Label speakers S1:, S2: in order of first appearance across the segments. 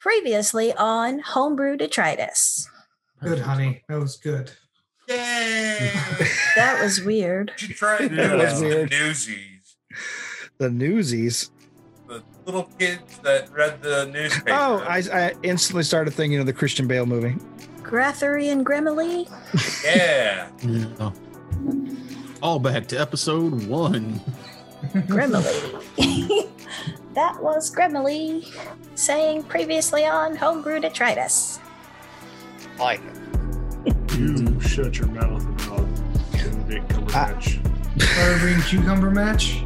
S1: previously on Homebrew Detritus.
S2: Good, honey. That was good.
S3: Yay!
S1: That was weird.
S3: Detroit
S4: That was
S3: News,
S4: weird.
S3: Newsies,
S4: The newsies.
S3: the little kids that read the newspaper.
S4: Oh, I, I instantly started thinking of the Christian Bale movie.
S1: Grathery and Grimily.
S3: yeah.
S5: Yeah. All back to episode one.
S1: Grimily. that was Grimily saying previously on Homebrew Detritus.
S6: Like it.
S7: You shut your mouth about Benedict Cumberbatch.
S2: Butter green cucumber match.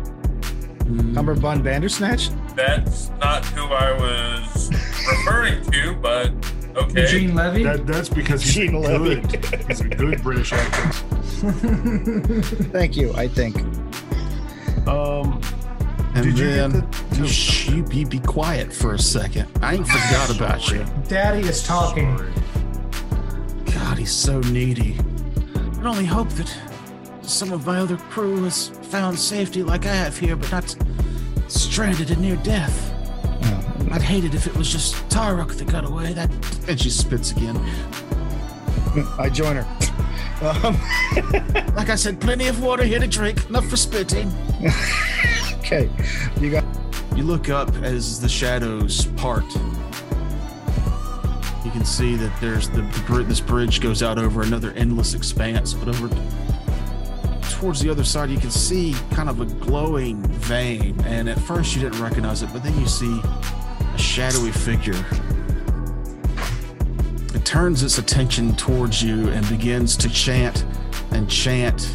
S4: Number Bun Bandersnatch.
S3: That's not who I was referring to, but okay.
S2: Eugene Levy.
S7: That, that's because he's
S6: Gene Levy.
S7: good. He's a good British actor.
S4: Thank you, I think.
S7: Um,
S5: And
S7: Did you get
S5: then
S7: the-
S5: you, sh- you be, be quiet for a second. I ain't forgot about you.
S2: Daddy is talking.
S7: sorry.
S5: God, he's so needy. I only hope that some of my other crew has found safety like I have here, but not stranded and near death. I'd hate it if it was just Tarok that got away. That and she spits again.
S4: I join her. Um,
S5: Like I said, plenty of water here to drink, enough for spitting.
S4: okay, you got
S5: You look up as the shadows part. You can see that there's the, the bri- this bridge goes out over another endless expanse, but over towards the other side, you can see kind of a glowing vein. And at first, you didn't recognize it, but then you see a shadowy figure. It turns its attention towards you and begins to chant and chant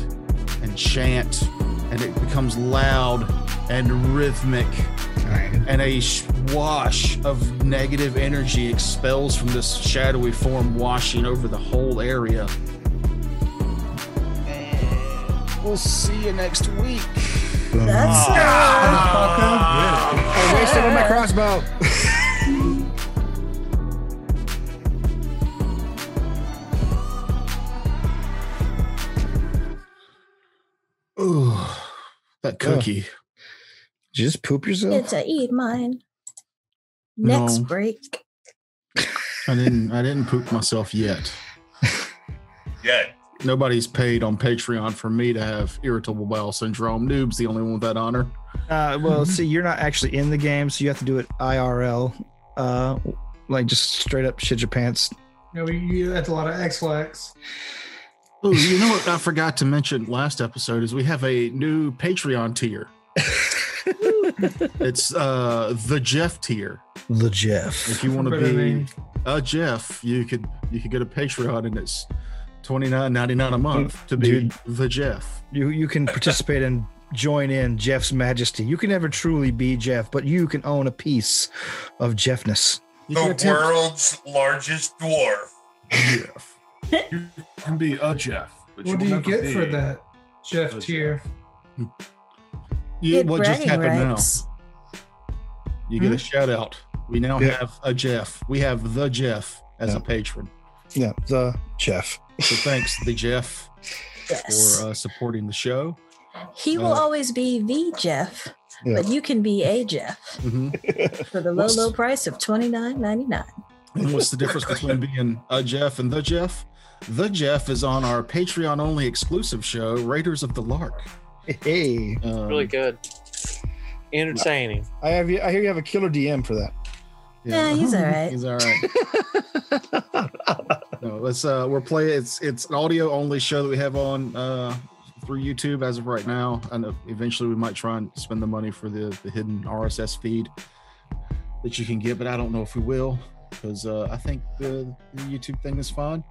S5: and chant, and it becomes loud and rhythmic
S4: all right.
S5: and a sh- wash of negative energy expels from this shadowy form, washing over the whole area. And we'll see you next week.
S1: That's
S3: Ah,
S4: I wasted on my crossbow.
S5: Ooh, that cookie.
S4: Did you just poop yourself?
S1: it's a eat mine.
S5: No.
S1: Next break.
S5: I didn't. I didn't poop myself yet.
S3: yeah.
S5: Nobody's paid on Patreon for me to have irritable bowel syndrome. Noob's the only one with that honor.
S4: Uh, well, see, you're not actually in the game, so you have to do it IRL. Uh, like just straight up shit your pants.
S2: No, you- you, that's a lot of X lax.
S5: Oh, you know what I forgot to mention last episode is we have a new Patreon tier. it's uh the Jeff tier.
S4: The Jeff.
S5: If you want to
S2: Better
S5: be
S2: name.
S5: a Jeff, you could you could go to Patreon and it's twenty nine ninety nine a month to be
S4: Dude.
S5: the Jeff.
S4: You you can participate and join in Jeff's majesty. You can never truly be Jeff, but you can own a piece of Jeffness.
S5: You
S3: The
S5: can attempt-
S3: world's largest dwarf.
S5: Jeff.
S7: You can be a Jeff. But
S2: What do
S7: will
S2: you
S7: never
S2: get for
S7: be
S2: that, Jeff
S7: a
S2: Tier?
S5: You,
S1: Good
S5: what just
S1: bragging
S5: happened
S1: rights.
S5: now? You get a shout out. We now
S4: Hmm? Yeah.
S5: have a Jeff. We have the Jeff as
S4: Yeah.
S5: a patron.
S4: Yeah, the Jeff.
S5: So thanks, the Jeff,
S1: Yes.
S5: for uh, supporting the show.
S1: he will
S5: uh,
S1: always be the Jeff,
S4: Yeah.
S1: but you can be a Jeff
S4: Mm-hmm.
S5: Mhm.
S1: for the low,
S5: What's-
S1: low price of twenty nine ninety nine.
S5: And what's the difference between being a Jeff and the Jeff? The Jeff is on our Patreon only exclusive show, Raiders of the Lark.
S4: Hey,
S5: Um,
S6: Really good. Entertaining.
S4: I have you. I hear you have a killer DM for that.
S1: Yeah, he's all right.
S5: he's all right. no, let's uh we're playing it's it's an audio only show that we have on uh through YouTube as of right now. And eventually we might try and spend the money for the, the hidden RSS feed that you can get, but I don't know if we will because uh I think the, the YouTube thing is fine.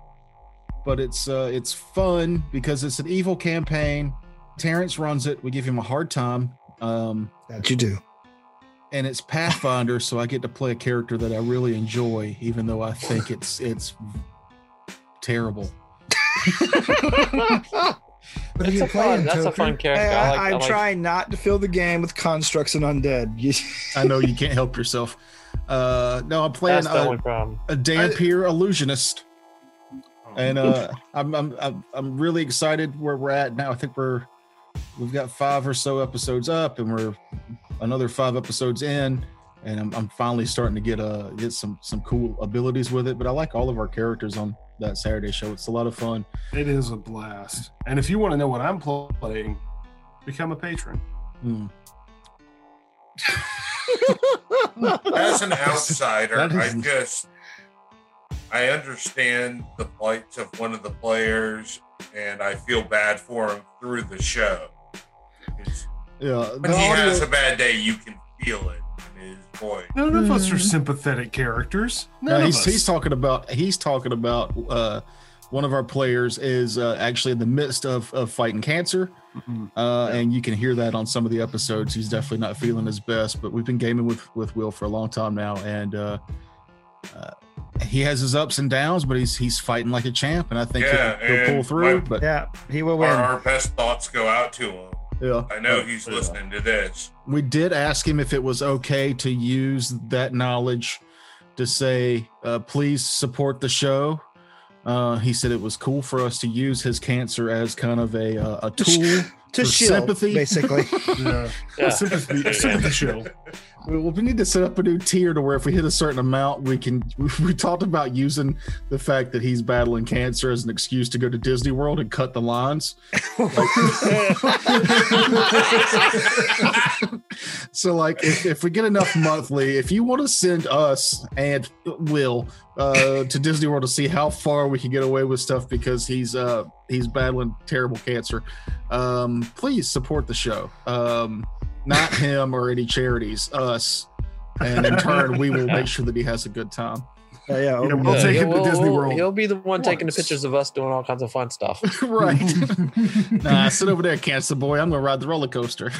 S5: But it's uh it's fun because it's an evil campaign. Terrence runs it. We give him a hard time. Um
S4: That you do.
S5: and it's Pathfinder, so I get to play a character that I really enjoy, even though I think it's it's terrible.
S2: What are
S6: That's
S2: you
S6: a fun.
S2: playing,
S6: That's a
S2: Toker?
S6: fun character. I, like,
S4: am
S6: I like-
S4: trying not to fill the game with constructs and undead. You-
S5: I know you can't help yourself. Uh, no, I'm playing
S6: That's the
S5: a,
S6: only problem.
S5: a dampier illusionist,
S7: Oh.
S5: and uh, I'm, I'm I'm I'm really excited where we're at now. I think we're we've got five or so episodes up, and we're another five episodes in, and I'm, I'm finally starting to get uh get some some cool abilities with it. But I like all of our characters on that Saturday show. It's a lot of fun.
S7: It is a blast. And if you want to know what I'm pl- playing, become a patron.
S5: Mm.
S3: As an outsider,
S5: That
S3: I
S5: is-
S3: just I understand the plights of one of the players, and I feel bad for him through the show. It's,
S5: Yeah, the
S3: when he has
S5: audio-
S3: a bad day, you can feel it in his voice.
S7: None of us are sympathetic characters. None
S5: No,
S7: of
S5: he's,
S7: us.
S5: he's talking about he's talking about uh, one of our players is uh, actually in the midst of, of fighting cancer,
S7: Mhm.
S5: uh, and you can hear that on some of the episodes. He's definitely not feeling his best, but we've been gaming with with Will for a long time now, and uh, uh, he has his ups and downs, but he's he's fighting like a champ, and I think
S3: Yeah,
S5: he'll, he'll
S3: and
S5: pull through.
S3: my-
S5: but
S4: Yeah, he will
S3: Our,
S4: win.
S3: our best thoughts go out to him.
S5: yeah,
S3: I know he's
S5: Yeah.
S3: listening to this.
S5: we did ask him if it was okay to use that knowledge to say uh, please support the show uh, he said it was cool for us to use his cancer as kind of a, uh, a
S4: To sh-
S5: tool
S4: To
S5: for
S4: shield,
S5: sympathy.
S4: basically.
S7: Yeah.
S6: Yeah.
S7: Sympathy, sympathy shield.
S5: we, well, we need to set up a new tier to where if we hit a certain amount we can we, we talked about using the fact that he's battling cancer as an excuse to go to disney world and cut the lines So, like, if, if we get enough monthly, if you want to send us and Will uh, to Disney World to see how far we can get away with stuff because he's uh, he's battling terrible cancer, um, please support the show. Um, not him or any charities, us. And in turn, we will make sure that he has a good time.
S4: Yeah, yeah.
S7: You know, we'll take him to Disney World.
S6: He'll be the one taking the
S5: Once.
S6: pictures of us doing all kinds of fun stuff.
S5: right. nah, sit over there, cancer boy. I'm going to ride the roller coaster.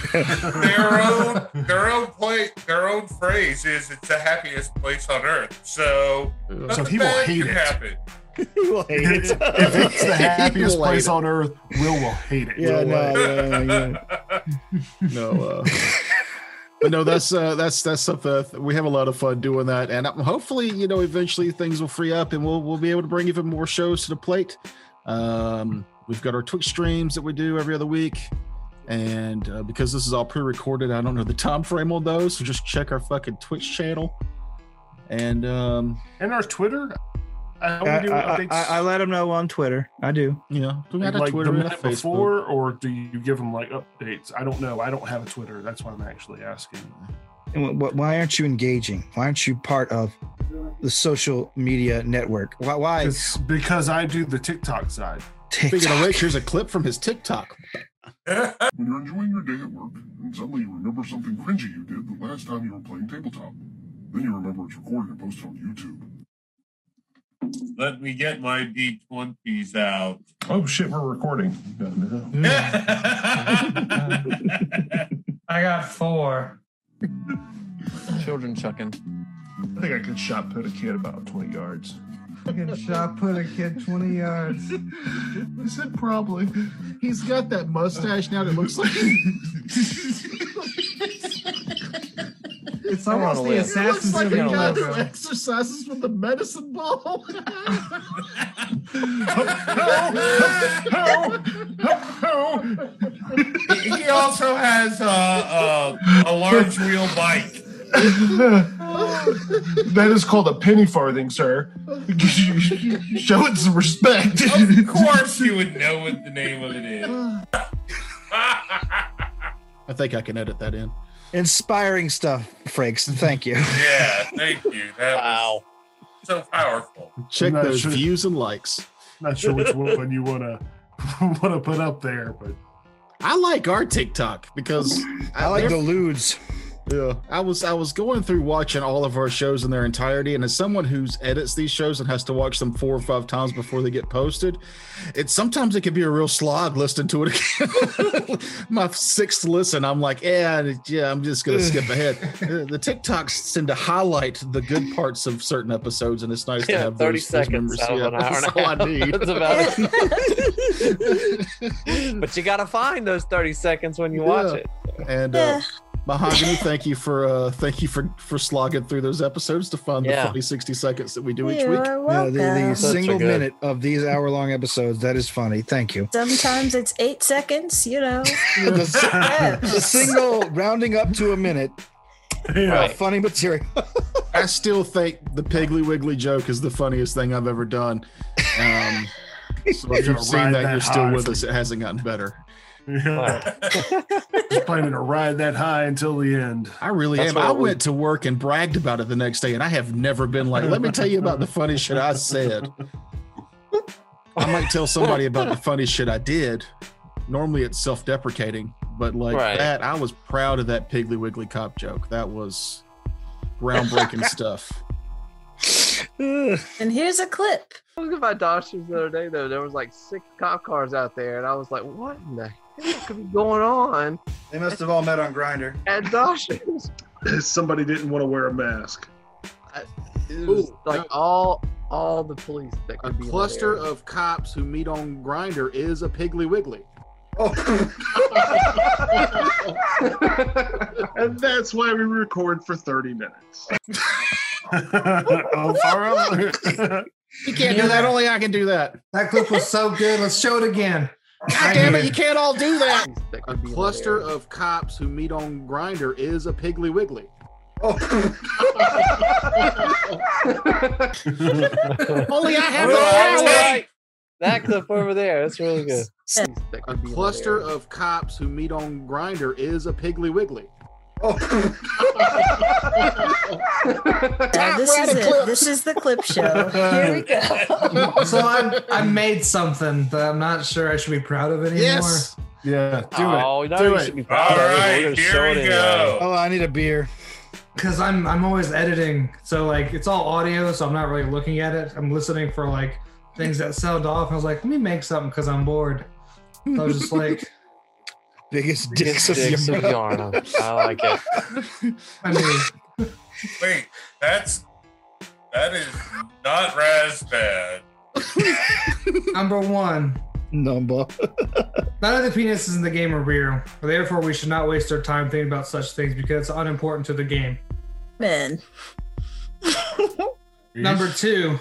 S3: Their own, their own play, their own phrase is "It's the happiest place on earth." So
S7: So
S3: nothing
S7: he will
S3: bad
S7: hate
S3: can
S7: it.
S3: happen.
S4: He will hate
S7: if it's the happiest
S5: We'll hate
S7: place
S5: it.
S7: on earth, Will will hate it.
S4: Yeah,
S7: Will will
S4: no, Oh, yeah, yeah.
S5: no uh but no that's uh that's that's something that we have a lot of fun doing that and um, hopefully you know eventually things will free up and we'll we'll be able to bring even more shows to the plate um we've got our twitch streams that we do every other week and uh, because this is all pre-recorded i don't know the time frame on those so just check our fucking twitch channel and um
S7: And our Twitter. I
S4: I,
S7: only do
S4: I-
S7: updates
S4: I- I let him know on Twitter. I do.
S5: you know we got a
S7: like
S5: twitter
S7: the
S5: and a
S7: minute
S5: Facebook.
S7: before, or do you give them like updates? I don't know. I don't have a Twitter. That's why I'm actually asking.
S4: And wh- wh- why aren't you engaging? Why aren't you part of the social media network? Why? why
S7: It's because I do the TikTok side.
S5: speaking of
S4: TikTok?
S5: which here's a clip from his tiktok
S8: When you're enjoying your day at work, and suddenly you remember something cringy you did the last time you were playing tabletop. Then you remember it's recorded and posted on YouTube.
S3: Let me get my d20s out.
S8: Oh shit, we're recording.
S2: I got four.
S9: Children chucking.
S8: I think I could shot put a kid about 20 yards.
S2: Good shot, put a kid 20 yards.
S5: I said probably. He's got that mustache now that looks like.
S2: It's
S9: I wanna almost the live.
S5: It looks like a
S9: Creed
S5: guy who
S9: logo.
S5: exercises with a medicine ball.
S3: he also has a, a, a large wheel bike.
S8: That is called a penny farthing, sir. Show it some respect.
S3: Of course, you would know what the name of it is.
S5: I think I can edit that in.
S4: Inspiring stuff, Frakes. Thank you.
S3: yeah, thank you. That was
S6: Wow.
S3: so powerful.
S5: Check
S7: No,
S5: those
S7: sure.
S5: views and likes.
S7: Not sure which one you wanna wanna put up there, but
S5: I like our TikTok because
S4: I like the lewds.
S5: Yeah, I was I was going through watching all of our shows in their entirety, and as someone who's edits these shows and has to watch them four or five times before they get posted, it sometimes it can be a real slog listening to it again. My sixth listen, I'm like, yeah, yeah, I'm just gonna skip ahead. Uh, The TikToks tend to highlight the good parts of certain episodes, and it's nice to
S6: Yeah,
S5: have
S6: 30
S5: those- those
S6: seconds
S5: members.
S6: out of
S5: Yeah,
S6: an hour
S5: that's
S6: and a
S5: all
S6: half.
S5: I need.
S6: That's about it. but you got to find those 30 seconds when you watch
S5: Yeah.
S6: it.
S5: And
S1: Yeah.
S5: uh, Mahogany, thank you for uh, thank you for for slogging through those episodes to find
S6: Yeah.
S5: the funny 60 seconds that we do each
S1: you
S5: week.
S1: are
S4: Yeah, uh, the,
S1: welcome.
S4: the
S6: are
S4: single
S6: good.
S4: minute of these hour long episodes. That is funny. Thank you.
S1: Sometimes it's eight seconds, you know.
S4: The,
S1: Yeah.
S4: the single rounding up to a minute
S7: Yeah.
S6: Right.
S4: Funny material.
S5: I still think the Piggly Wiggly joke is the funniest thing I've ever done. Um, so if
S7: You're
S5: you've seen
S7: gonna
S5: that,
S7: ride
S5: you're
S7: that
S5: still
S7: high
S5: with
S7: for-
S5: us. It hasn't gotten better.
S7: Yeah. Just planning to ride that high until the end.
S5: I really
S6: That's
S5: am.
S6: what
S5: I
S6: we-
S5: went to work and bragged about it the next day, and I have never been like, let me tell you about the funny shit I said. I might tell somebody about the funny shit I did. Normally it's self deprecating, but like
S6: Right.
S5: that, I was proud of that Piggly Wiggly cop joke. That was groundbreaking stuff.
S1: And here's a clip.
S9: I was at my Dodgers the other day though. There was like six cop cars out there, and I was like, "What in the heck could be going on
S2: They must have all met on Grinder.
S9: at Dodgers?"
S7: Somebody didn't want to wear a mask.
S9: It was
S5: Ooh,
S9: like
S5: no.
S9: all all the police that
S5: A
S9: could be in that
S5: cluster
S9: area.
S5: of cops who meet on Grinder is a Piggly Wiggly.
S2: Oh,
S7: And that's why we record for 30 minutes. oh, Farrell.
S5: You can't do that.
S2: Yeah.
S5: Only I can do that.
S2: that clip was so good. Let's show it again.
S5: God damn it! You can't all do that.
S9: Police that
S5: A
S9: could be in that
S5: cluster
S9: area.
S5: of cops who meet on Grinder is a Piggly Wiggly.
S2: Oh,
S5: Only I have
S6: All
S5: the power.
S6: right. That clip over there. That's really good.
S9: Police that could be
S5: A
S9: in that
S5: cluster
S9: area.
S5: of cops who meet on Grinder is a Piggly Wiggly.
S2: oh.
S1: Yeah, this is it. This is the clip show. Here we go.
S2: So I, I made something that I'm not sure I should be proud of anymore.
S5: Yes.
S7: yeah.
S6: oh, no,
S5: Do
S6: you
S5: it.
S6: should be
S3: All
S6: proud of it. We're
S3: right,
S6: gonna
S3: here
S6: show
S3: we
S6: it
S3: go.
S6: uh, anyway.
S4: Oh, I need a beer.
S2: because I'm I'm always editing, so like it's all audio, so I'm not really looking at it. I'm listening for like things that sound off. I was like, let me make something because I'm bored. So I was just like,
S4: Biggest dicks
S6: Dicks
S4: of
S6: dicks of
S4: your
S6: Yarnum. I like it.
S2: I mean,
S3: Wait, that's that is not Razbad.
S2: number one,
S4: number.
S2: none of the penises in the game are real. Therefore, we should not waste our time thinking about such things because it's unimportant to the game.
S1: Man.
S2: Number two,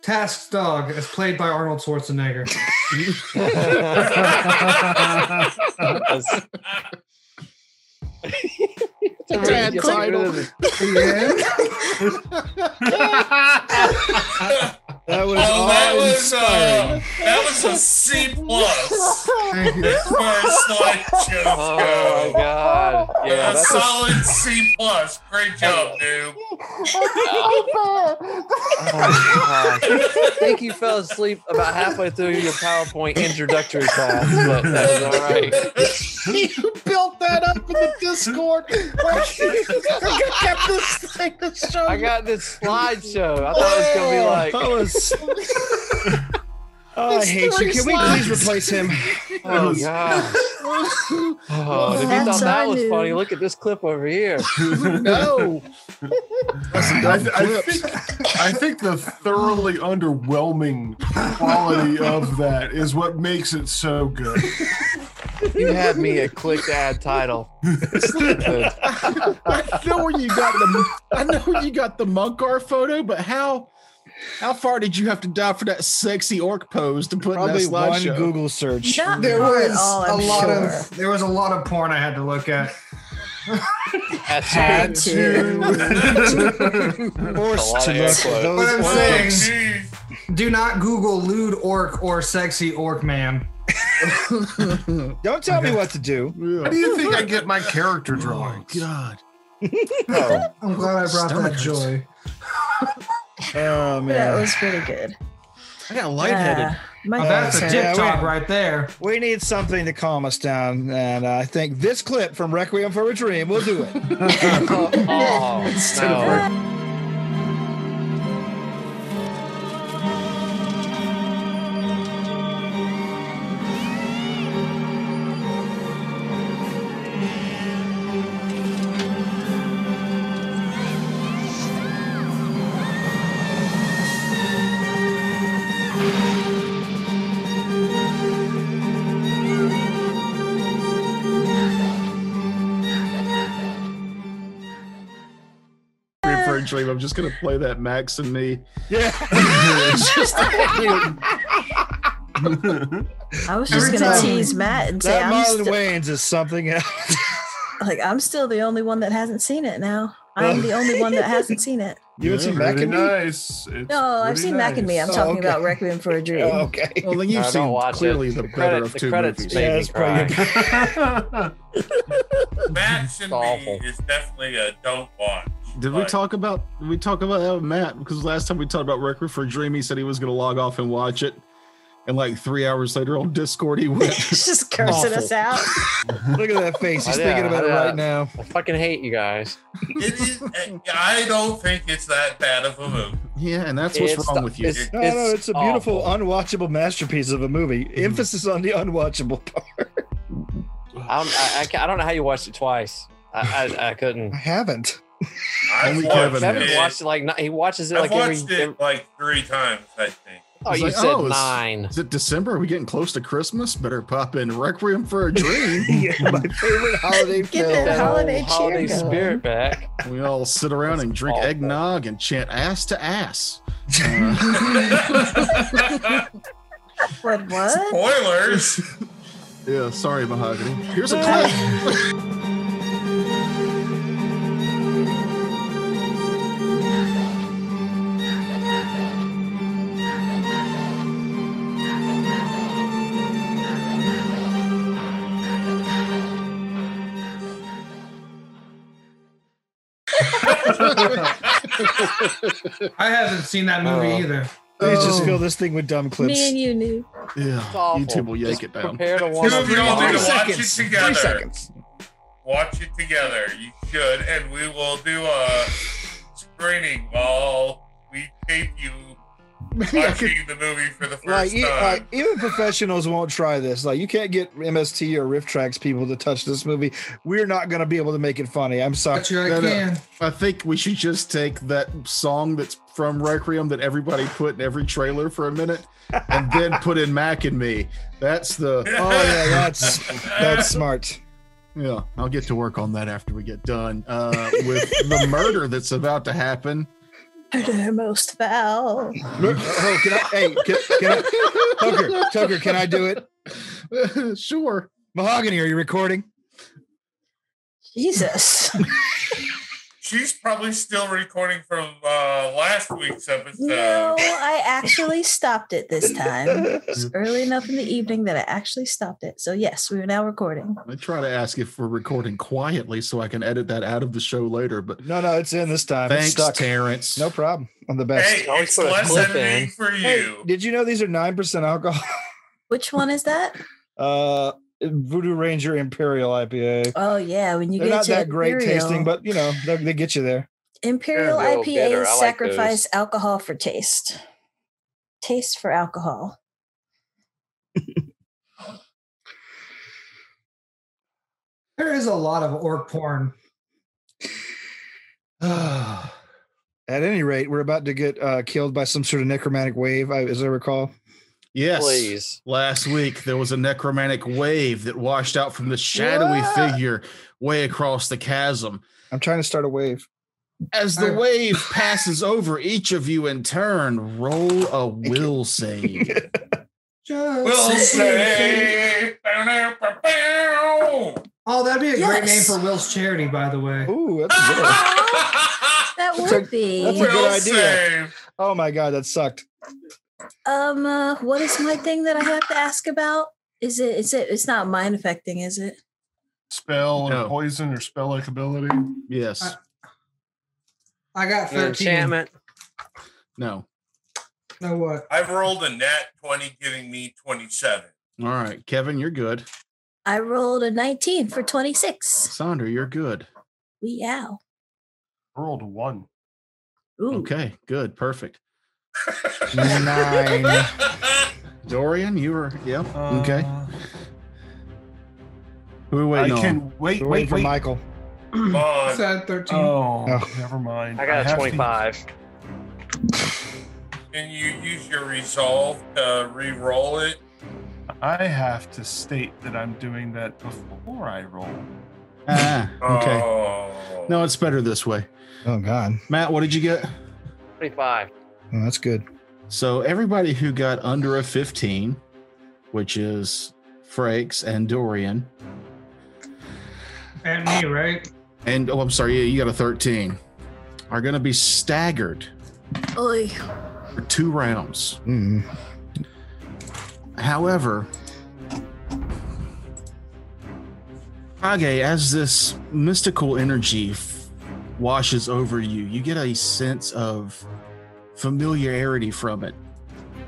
S2: Task Dog, as played by Arnold Schwarzenegger.
S6: That's-
S5: Tad
S6: Just get rid
S5: title.
S6: of the-
S4: That was
S3: Oh, that
S4: all
S3: was uh,
S4: inspiring.
S3: that was a C plus.
S2: Thank you.
S3: As far as slide shows
S6: Oh my
S3: go,
S6: god. Yeah,
S3: a
S6: that's a,
S3: solid C plus. Great job, dude.
S6: oh, my gosh. I think you fell asleep about halfway through your PowerPoint introductory class, but that was all right.
S5: you built that up in the Discord. I kept this thing to show
S6: I got this slideshow. I thought it was gonna be like
S4: That was. Oh, I
S5: It's
S4: hate you.
S5: three
S4: Can we
S5: slides.
S4: please replace him?
S6: Oh gosh. Oh, if you
S1: That's
S6: thought that was
S1: our
S6: funny,
S1: new-
S6: look at this clip over here.
S5: no.
S7: I, th- I think, I think the thoroughly underwhelming quality of that is what makes it so good.
S6: You had me at click to add title. Good.
S5: I know where you got the I know where you got the Munkar photo, but how how far did you have to dive for that sexy orc pose to put
S4: Probably
S5: in that
S4: one
S5: slideshow?
S4: Google search.
S1: Not
S2: There
S1: hard
S2: was
S1: at all,
S2: a
S1: I'm
S2: lot
S1: sure.
S2: of there was a lot of porn I had to look at.
S6: That's
S2: Had
S6: it.
S2: to.
S6: A
S4: Forced
S6: lot
S4: to look
S6: of air
S4: at those
S6: quotes.
S2: What I'm
S4: ones.
S2: saying-
S3: Jeez.
S2: Do not Google lewd orc or sexy orc man.
S4: Don't tell me what to do.
S7: How do you think I get my character drawings?
S5: God.
S6: Oh.
S2: I'm glad I brought
S5: Stomach
S2: that
S5: hurts.
S2: joy.
S4: Oh
S1: That
S4: man,
S1: was pretty good.
S5: I got lightheaded.
S1: Yeah. my
S5: Uh,
S4: Oh,
S2: That's
S4: okay.
S2: a
S4: Yeah,
S2: dick
S4: wait.
S2: talk right there.
S4: we need something to calm us down, and I think this clip from Requiem for a Dream will do it.
S6: Oh, no.
S5: Referring dream. I'm just gonna play that Max and me.
S4: Yeah.
S5: It's just-
S1: I was just
S2: Every
S1: gonna
S2: time-
S1: tease Matt and say
S4: That
S1: I'm
S4: Marlon
S1: still
S4: Wayans is something else.
S1: Like I'm still the only one that hasn't seen it now. I'm the only one that hasn't seen it.
S4: You haven't
S7: It's
S4: seen Mac
S7: really
S4: and Me?
S7: nice. It's
S1: No, I've
S7: really
S1: seen Mac and Me. I'm
S4: nice. Oh,
S1: talking
S4: okay.
S1: about Requiem for a Dream.
S4: Oh, okay.
S5: Well, then
S6: I
S5: you've
S6: don't
S5: seen
S6: watch it.
S5: clearly the
S6: The
S5: better
S6: credits-
S5: of
S6: the
S5: two
S6: credits
S5: movies.
S6: make-
S4: Yeah,
S6: me
S4: that's probably
S6: cry.
S3: Max and
S6: Awful.
S3: me is definitely a don't watch.
S5: Did we
S3: but-
S5: talk about did we talk about that with Matt? Because last time we talked about Record for a Dream, he said he was gonna log off and watch it. And like three hours later on Discord he went
S1: It's just cursing us
S5: Awful.
S1: out.
S4: Look at that face. He's
S6: Yeah,
S4: thinking about it
S6: yeah.
S4: right now.
S6: I fucking hate you guys.
S3: It is. eh, I don't think it's that bad of a movie.
S5: Yeah, and that's what's
S6: It's
S5: wrong
S6: the-
S5: with you.
S6: it's-
S4: No, no, it's a beautiful,
S6: awful.
S4: unwatchable masterpiece of a movie. Emphasis on the unwatchable part.
S6: I don't, I, I, ca- I don't know how you watched it twice. I, I, I couldn't.
S4: I haven't.
S3: I've
S5: Only
S3: watched
S5: Kevin
S6: Kevin
S3: it.
S6: watched it like ni- he watches it
S3: I've
S6: like every.
S3: watched
S6: every
S3: it like three times, I think.
S6: oh,
S5: It's
S6: you
S5: like,
S6: said
S5: oh, it's-
S6: nine.
S5: Is it December? Are we getting close to Christmas? Better pop in Requiem for a Dream.
S4: yeah, my favorite holiday
S1: Get
S4: film.
S1: that
S6: That
S1: holiday
S6: old
S1: cheer
S6: uh, holiday
S1: going.
S6: spirit back.
S5: we all sit around and drink
S6: Awful.
S5: eggnog and chant ass to ass. Uh,
S1: What? What?
S3: Spoilers.
S5: yeah, sorry, Mahogany. Here's a clip.
S2: I haven't seen that movie
S5: Uh,
S6: Oh.
S2: either.
S4: Please just
S5: Oh.
S4: fill this thing with dumb clips.
S1: Me and you knew.
S5: Yeah,
S6: It's awful.
S5: YouTube will yank
S6: Just
S5: it down.
S6: Prepare to
S3: Two
S6: watch
S3: of y'all need to
S6: it.
S3: watch it together.
S4: seconds.
S3: Watch it together. You should, and we will do a screening while we tape you
S4: Yeah, 'cause,
S3: watching the movie for the first
S4: like, e-
S3: time.
S4: like, even professionals won't try this. Like, you can't get MST or Rift Tracks people to touch this movie. We're not going to be able to make it funny. I'm sorry.
S2: Bet you I
S5: No, no.
S2: can.
S5: I think we should just take that song that's from Requiem that everybody put in every trailer for a minute, and then put in Mac and Me. That's the
S4: Oh yeah, that's that's smart.
S5: Yeah, I'll get to work on that after we get done uh, with the murder that's about to happen.
S1: Murder most foul.
S4: Look, oh, can I? Hey, can, can I, Tucker, Tucker, can I do it?
S5: sure.
S4: Mahogany, are you recording?
S1: Jesus.
S3: She's probably still recording from uh, last week's episode.
S1: No, I actually stopped it this time. It was early enough in the evening that I actually stopped it. So yes, we are now recording.
S5: I try to ask if we're recording quietly so I can edit that out of the show later, but
S4: No, no, it's in this time. it's
S5: thanks,
S4: stuck.
S5: Terrence.
S4: No problem. I'm the best.
S3: Hey,
S6: Always
S3: it's
S6: put a
S3: less
S6: clip
S3: editing
S6: in.
S3: for you.
S4: Hey, did you know these are nine percent alcohol?
S1: Which one is that?
S4: Uh, Voodoo Ranger Imperial IPA.
S1: Oh yeah, when you
S4: They're
S1: get
S4: not
S1: to
S4: that great
S1: Imperial-
S4: tasting, but you know they, they get you there.
S1: Imperial
S6: They're a little bitter.
S1: IPAs
S6: I like
S1: sacrifice alcohol for taste. Taste for alcohol.
S2: There is a lot of orc porn.
S4: At any rate, we're about to get uh, killed by some sort of necromantic wave, I- as I recall.
S5: Yes.
S6: Please.
S5: Last week, there was a necromantic wave that washed out from the shadowy figure way across the chasm.
S4: I'm trying to start a wave.
S5: As the
S2: Uh.
S5: wave passes over each of you in turn, roll a will save.
S2: Just
S3: Will
S2: say-
S3: say. Bow-dow-bow-bow.
S2: Oh, that'd be a great name
S1: Yes.
S2: for Will's charity, by the way.
S4: Ooh, that's a good. one.
S1: That
S4: That's a-
S1: would be.
S4: that's a good
S3: Will
S4: idea.
S3: say.
S4: Oh my god, that sucked.
S1: Um, uh, what is my thing that I have to ask about? Is it? Is it? It's not mind affecting, is it?
S7: spell
S5: No.
S7: and poison or spell like ability.
S5: Yes.
S2: I got
S6: An
S2: 13.
S6: enchantment.
S5: No.
S2: Know what?
S3: I've rolled a nat 20, giving me 27.
S5: All right, Kevin, you're good.
S1: I rolled a 19 for 26.
S5: Sonder, you're good.
S1: We out.
S7: Rolled a one.
S1: Ooh.
S5: Okay, good, perfect.
S4: Nine.
S5: Dorian, you were, yep.
S7: Uh,
S5: okay. We We're
S7: I
S5: waiting on.
S7: can wait,
S4: We're
S7: wait,
S4: waiting for
S7: wait.
S4: Michael.
S2: I
S3: Vaughn,
S2: said 13.
S5: Uh,
S7: Oh,
S4: Oh.
S7: never mind.
S6: I got
S7: have
S6: a
S7: to-
S6: 25.
S3: can you use your resolve to re roll it?
S7: I have to state that I'm doing that before I roll.
S5: Ah, okay.
S3: Oh.
S5: No, it's better this way.
S4: Oh god,
S5: Matt, what did you get?
S6: 25.
S4: oh, that's good.
S5: So everybody who got under a 15, which is Frakes and Dorian,
S2: and me, right?
S5: And oh, I'm sorry. Yeah, you got a 13. Are going to be staggered
S1: Oy.
S5: for two rounds.
S4: Mm.
S5: However, Kage, as this mystical energy f- washes over you, you get a sense of familiarity from it.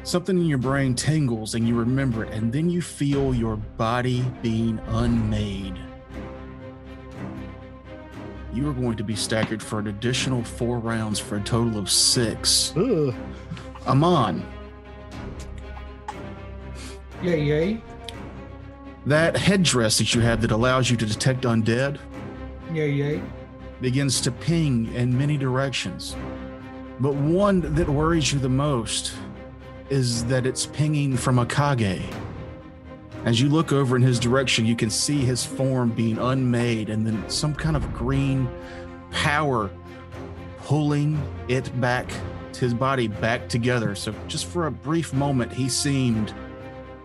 S5: Something in your brain tingles and you remember it, and then you feel your body being unmade. You are going to be staggered for an additional four rounds for a total of six.
S4: Ugh.
S5: Amon,
S2: Yeah, yay.
S5: that headdress that you have that allows you to detect undead
S2: Yeah, yay.
S5: begins to ping in many directions. But one that worries you the most is that it's pinging from Akage. As you look over in his direction, you can see his form being unmade and then some kind of green power pulling it back, his body back together. So just for a brief moment, he seemed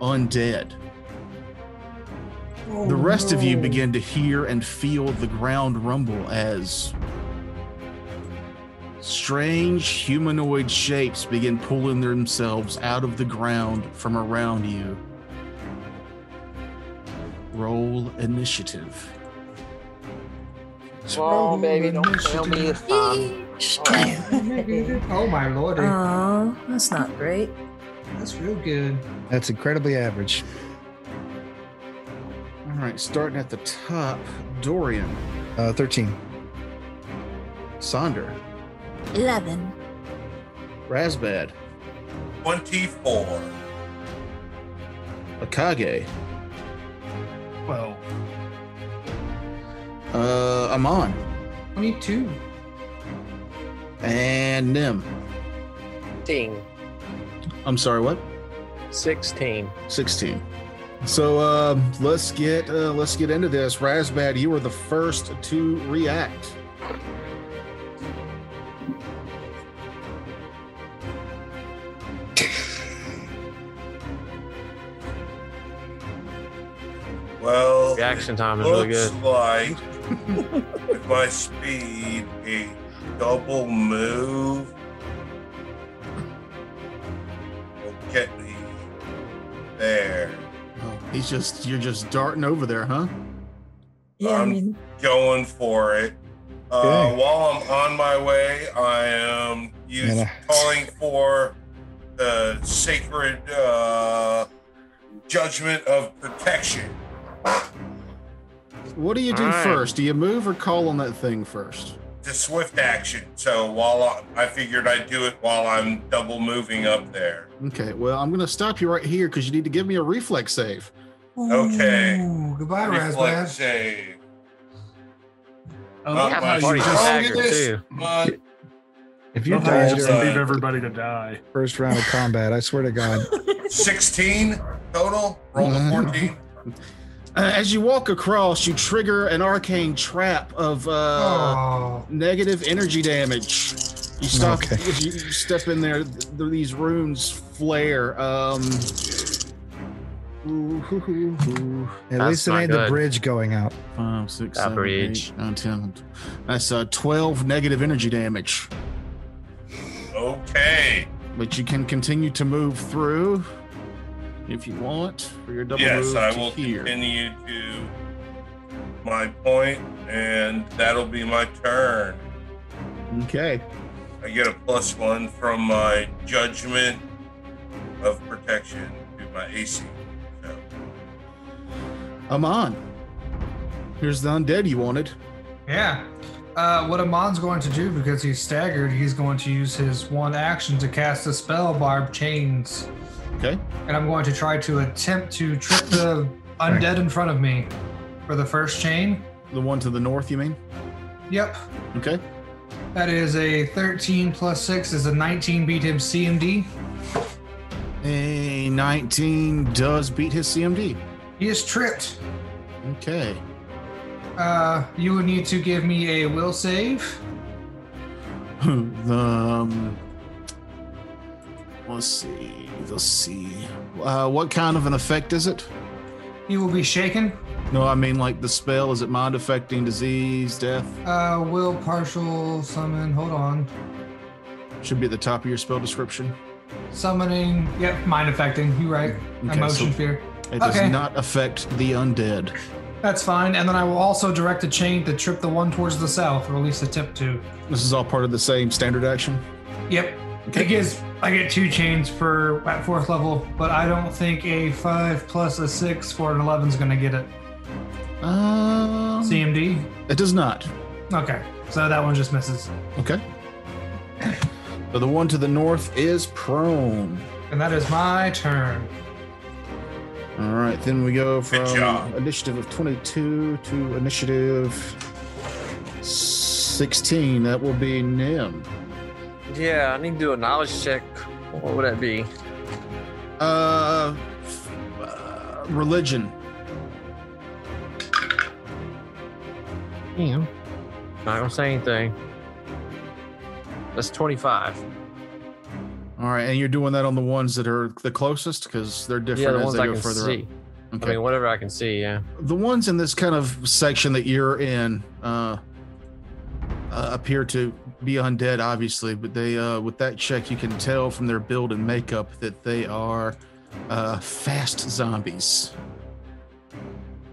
S5: undead. The rest of you begin to hear and feel the ground rumble as strange humanoid shapes begin pulling themselves out of the ground from around you. Roll initiative.
S6: Come on, baby, don't fail me this time.
S2: Oh my lordy.
S1: Oh, that's not great.
S2: That's real good.
S4: That's incredibly average.
S5: All right, starting at the top, Dorian,
S4: Uh, 13.
S5: Sonder,
S1: 11.
S5: Razbad,
S3: 24.
S5: Akage,
S7: Well,
S5: uh, Amon,
S2: 22.
S5: and Nim.
S6: 16.
S5: I'm sorry, what?
S6: 16.
S5: 16 so um, let's get uh, let's get into this razbad you were the first to react
S3: Well,
S6: Reaction time is really
S3: looks
S6: good.
S3: like with my speed, a double move will get me there.
S5: oh, he's just you're just darting over there huh
S1: Yeah, I
S3: Um,
S1: mean,
S3: Going for it. Uh,
S4: Okay.
S3: While I'm on my way, I am using
S4: Man, I-
S3: calling for the sacred uh, judgment of protection.
S5: what do you do
S6: All right.
S5: first do you move or call on that thing first
S3: to swift action. So while I, I figured I'd do it while I'm double moving up there.
S5: okay well i'm gonna stop you right here because you need to give me a reflex save
S3: Okay.
S2: Ooh, goodbye,
S3: Reflex
S2: Razbad.
S3: save.
S7: I
S3: love how you
S6: Party's
S3: just-
S6: staggered, too.
S3: But
S7: If
S4: you
S7: you
S4: die,
S7: die, just
S3: uh,
S7: leave everybody to die.
S4: First round of combat. I swear to God.
S3: 16 total. Roll to
S4: Uh-huh.
S3: 14.
S5: uh, as you walk across you trigger an arcane trap of uh
S2: Oh,
S5: negative energy damage. You stop.
S4: Okay.
S5: If you you step in there, th- th- these runes flare. Um, ooh, hoo, hoo, hoo.
S4: At
S6: That's
S4: least it
S6: not
S4: ain't the
S6: good.
S4: bridge going out.
S5: Five, six, seven,
S6: Average.
S5: eight, nine, 10. That's uh, twelve negative energy damage.
S3: Okay.
S5: But you can continue to move through if you want for your double
S3: Yes,
S5: move
S3: I
S5: to
S3: will
S5: here.
S3: continue to my point, and that'll be my turn.
S5: Okay.
S3: I get a plus one from my judgment of protection to my AC. So
S5: I'm on. Here's the undead you wanted.
S2: yeah. Uh, what Amon's going to do because he's staggered, he's going to use his one action to cast a spell, Barb Chains.
S5: Okay.
S2: And I'm going to try to attempt to trip the undead in front of me for the first chain.
S5: The one to the north, you mean?
S2: Yep.
S5: Okay.
S2: That is a 13 plus 6 is a 19 beat him CMD.
S5: A 19 does beat his CMD.
S2: He is tripped.
S5: Okay.
S2: Uh, you would need to give me a will save.
S5: the um, let's see, let's see. Uh, what kind of an effect is it?
S2: You will be shaken.
S5: No, I mean like the spell. Is it mind affecting, disease, death?
S2: Uh, will partial summon. Hold on.
S5: Should be at the top of your spell description.
S2: Summoning. Yep, mind affecting. You right.
S5: Okay, so-
S2: Emotion, fear.
S5: It does
S2: Okay.
S5: not affect the undead.
S2: That's fine. And then I will also direct a chain to trip the one towards the south, or at least attempt to.
S5: This is all part of the same standard action.
S2: Yep. It gives I get two chains for at fourth level, but I don't think a five plus a six for an eleven is going to get it.
S5: Um,
S2: CMD.
S5: it does not.
S2: Okay, so that one just misses,
S5: Okay. So the one to the north is prone.
S2: and that is my turn.
S5: All right, then we go from
S3: job.
S5: initiative of 22 to initiative 16. That will be Nim.
S6: Yeah, I need to do a knowledge check. What would that be?
S5: Uh, f- uh, religion.
S6: Damn. Not gonna say anything. That's 25.
S5: All right, and you're doing that on the ones that are the closest because they're different
S6: yeah, the
S5: as
S6: ones
S5: they
S6: I
S5: go
S6: can
S5: further
S6: see.
S5: up.
S6: I mean, whatever I can see, yeah.
S5: the ones in this kind of section that you're in uh, uh, appear to be undead, obviously, but they, uh, with that check, you can tell from their build and makeup that they are uh, fast zombies.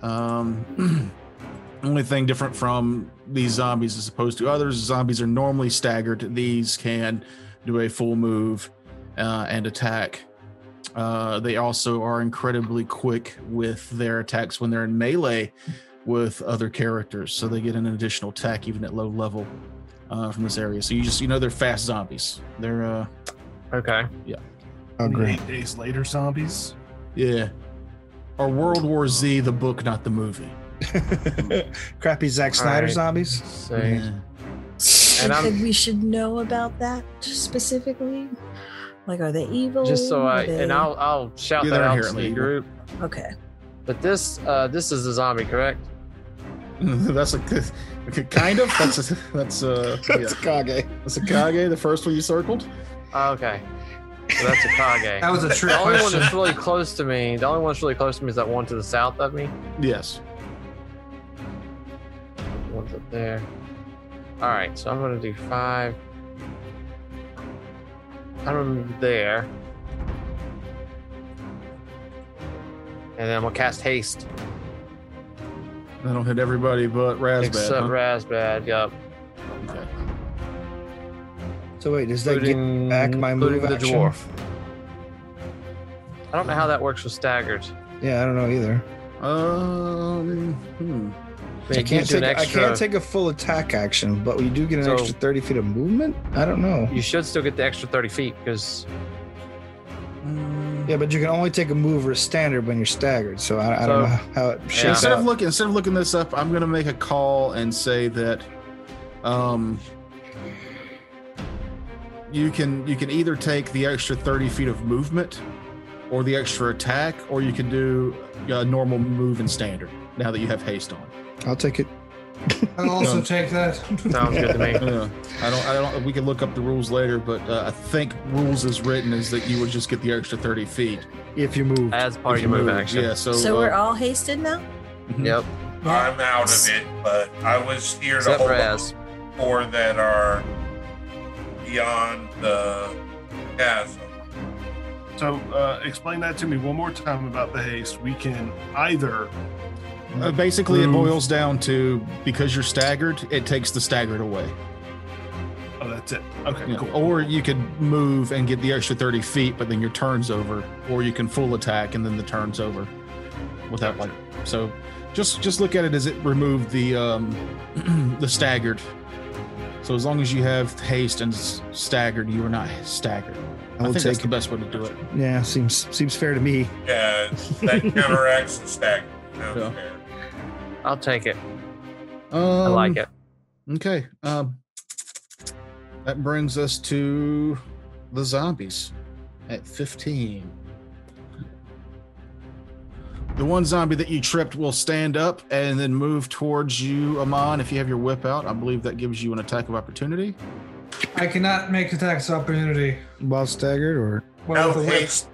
S5: Um, only thing different from these zombies as opposed to others, zombies are normally staggered. These can do a full move uh, and attack. Uh, they also are incredibly quick with their attacks when they're in melee with other characters, so they get an additional attack even at low level uh, from this area. So you just you know they're fast zombies. They're uh,
S6: Okay.
S7: Oh,
S4: great.
S6: Mm.
S7: Eight days later, zombies.
S5: yeah, or World War Z the book, not the movie.
S4: Crappy Zack Snyder
S6: Alright.
S4: zombies.
S6: So,
S5: Yeah.
S6: And I'm-
S1: Something we should know about that specifically. Like, are they evil?
S6: Just so I
S1: Are they-
S6: and I'll I'll shout
S5: Yeah,
S6: that
S5: they're
S6: out to
S5: inherently
S6: the
S5: evil.
S6: group.
S1: Okay.
S6: But this uh this is a zombie, correct?
S5: that's a okay, kind of that's a, that's a yeah.
S4: Kage.
S5: that's a Kage, the first one you circled.
S6: Oh, okay. So that's a
S2: That
S6: Kage.
S2: was a trick
S6: the only one
S2: question.
S6: that's really close to me, the only one that's really close to me is that one to the south of me.
S5: Yes,
S6: The one's up there. Alright, so I'm gonna do five. I'm there. And then I'm gonna cast haste.
S5: that'll hit everybody but
S6: except
S5: Razbad. Huh?
S6: Razbad, yep.
S5: Okay.
S4: So wait, does that get
S6: Including-
S4: back my move
S6: including the
S4: action?
S6: dwarf. I don't know how that works with staggered.
S4: Yeah, I don't know either.
S5: Um, hmm.
S6: I, mean,
S4: I
S6: it
S4: can't
S6: gives you
S4: take
S6: an
S4: I
S6: extra.
S4: can't take a full attack action, but we do get an
S6: So-
S4: extra thirty feet of movement. I don't know.
S6: you should still get the extra 30 feet because
S5: hmm.
S4: Yeah, but you can only take a move or a standard when you're staggered. So I, I
S6: So-
S4: don't know how it shakes
S5: Instead
S4: out.
S5: of looking instead of looking this up, I'm gonna make a call and say that um you can you can either take the extra 30 feet of movement or the extra attack, or you can do a normal move and standard now that you have haste on.
S4: I'll take it.
S2: I'll also take that.
S6: sounds good to me.
S5: Uh, I don't I don't we can look up the rules later, but uh, I think rules is written is that you would just get the extra 30 feet.
S4: If you move.
S6: As part
S5: if
S6: of
S5: you
S6: your move
S5: move.
S6: action.
S5: Yeah, so,
S1: So,
S5: uh,
S1: we're all hasted now?
S5: mhm.
S6: Yep.
S3: I'm out of it, but I was here to
S6: Except
S3: hold
S6: Raz.
S3: up four that are beyond the chasm.
S7: So, uh, explain that to me one more time about the haste. We can either
S5: Uh, basically, it
S7: Move.
S5: boils down to because you're staggered, it takes the staggered away.
S7: Oh, that's it. Okay,
S5: Yeah.
S7: cool.
S5: Or you could move and get the extra 30 feet, but then your turn's over. Or you can full attack and then the turn's over without like. So just just look at it as it removed the um, the staggered. So as long as you have haste and s- staggered, you are not staggered. I,
S4: I will
S5: think that's
S4: take
S5: the
S4: it.
S5: best way to do it.
S4: Yeah, seems seems fair to me.
S3: Yeah, that counteracts the stagger. Sounds
S5: Yeah.
S3: fair.
S6: I'll take it.
S5: Um,
S6: I like it.
S5: Okay. Um, that brings us to the zombies at 15. The one zombie that you tripped will stand up and then move towards you, Amon. If you have your whip out, I believe that gives you an attack of opportunity.
S2: I cannot make attacks of opportunity.
S4: While staggered or
S2: Well,
S3: No
S2: with the whip.
S3: haste.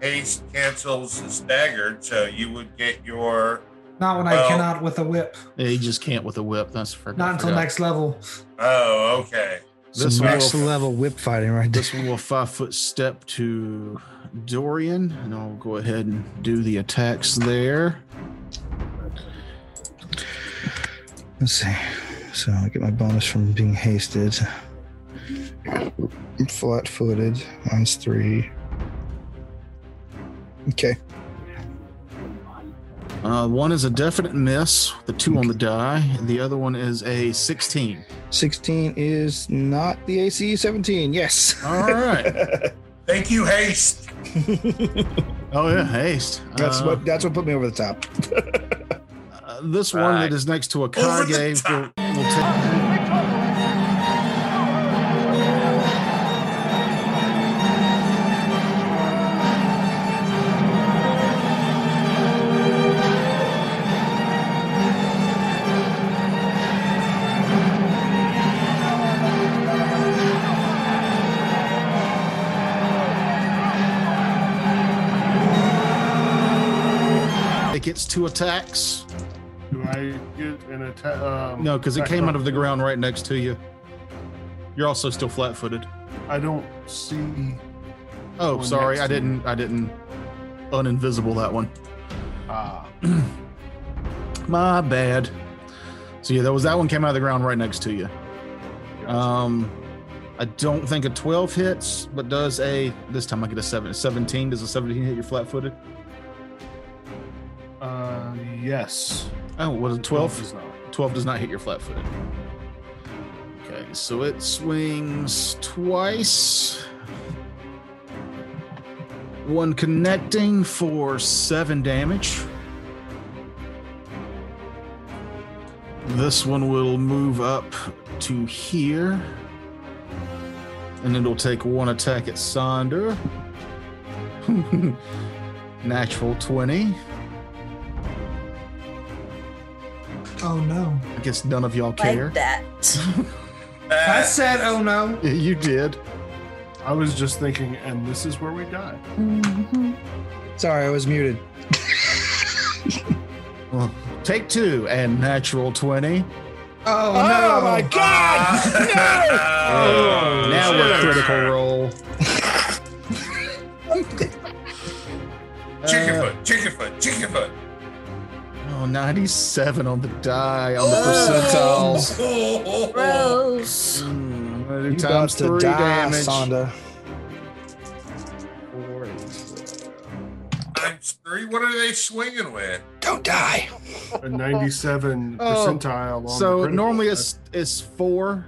S3: haste cancels the staggered, so you would get your.
S2: Not when I
S3: Well-
S2: cannot with a whip.
S5: Yeah, he just can't with a whip. That's for
S2: Not until next level.
S3: Oh, okay.
S5: This
S4: Some
S5: one-
S4: next level whip fighting right there.
S5: This one will five foot step to Dorian, and I'll go ahead and do the attacks there.
S4: Let's see. So I get my bonus from being hasted. I'm flat footed. Mine's three. Okay.
S5: Uh, one is a definite miss, the two on the die, and the other one is a 16.
S4: 16 is not the AC 17. Yes.
S5: All right.
S3: Thank you, haste.
S5: oh, yeah, haste.
S4: That's
S5: Uh,
S4: what that's what put me over the top.
S5: uh, this one that is next to a Kage will, will take. It gets two attacks.
S7: Do I get an attack? Um,
S5: No, because it
S7: attack
S5: came out
S7: roll?
S5: of the ground right next to you. You're also still flat footed.
S7: I don't see.
S5: Oh,
S7: One
S5: sorry,
S7: next
S5: I
S7: to you.
S5: didn't. I didn't uninvisible that one.
S7: Ah,
S5: My bad. So yeah, that was that one came out of the ground right next to you. Um, I don't think a 12 hits, but does a this time I get a seven. 17 does a 17 hit your flat footed?
S7: uh, yes.
S5: Oh, what a 12?
S7: is not.
S5: 12 does not hit your flat footed. Okay, so it swings twice. One connecting for seven damage. This one will move up to here. And it'll take one attack at Sonder. Natural 20.
S2: Oh no.
S5: I guess none of y'all
S1: like
S5: care.
S1: that.
S2: I
S3: Uh,
S2: said, oh no.
S5: you did.
S7: I was just thinking, and this is where we die.
S1: Mhm.
S4: Sorry, I was muted.
S5: Take two and natural 20.
S2: Oh,
S4: Oh,
S2: no.
S4: my
S3: uh,
S5: now we're critical roll. Uh,
S3: Chicken foot, chicken foot, chicken foot.
S5: Oh, 97 on the die, on the percentiles.
S3: Oh,
S1: Gross.
S5: Mm, I'm gonna do
S4: You got
S5: times
S4: to
S5: three
S4: die,
S5: damage.
S4: Sonda.
S3: Times three. What are they swinging with?
S4: Don't die.
S7: A 97
S5: Oh,
S7: percentile. On the
S5: So
S7: critical
S5: normally
S7: attack.
S5: it's, it's four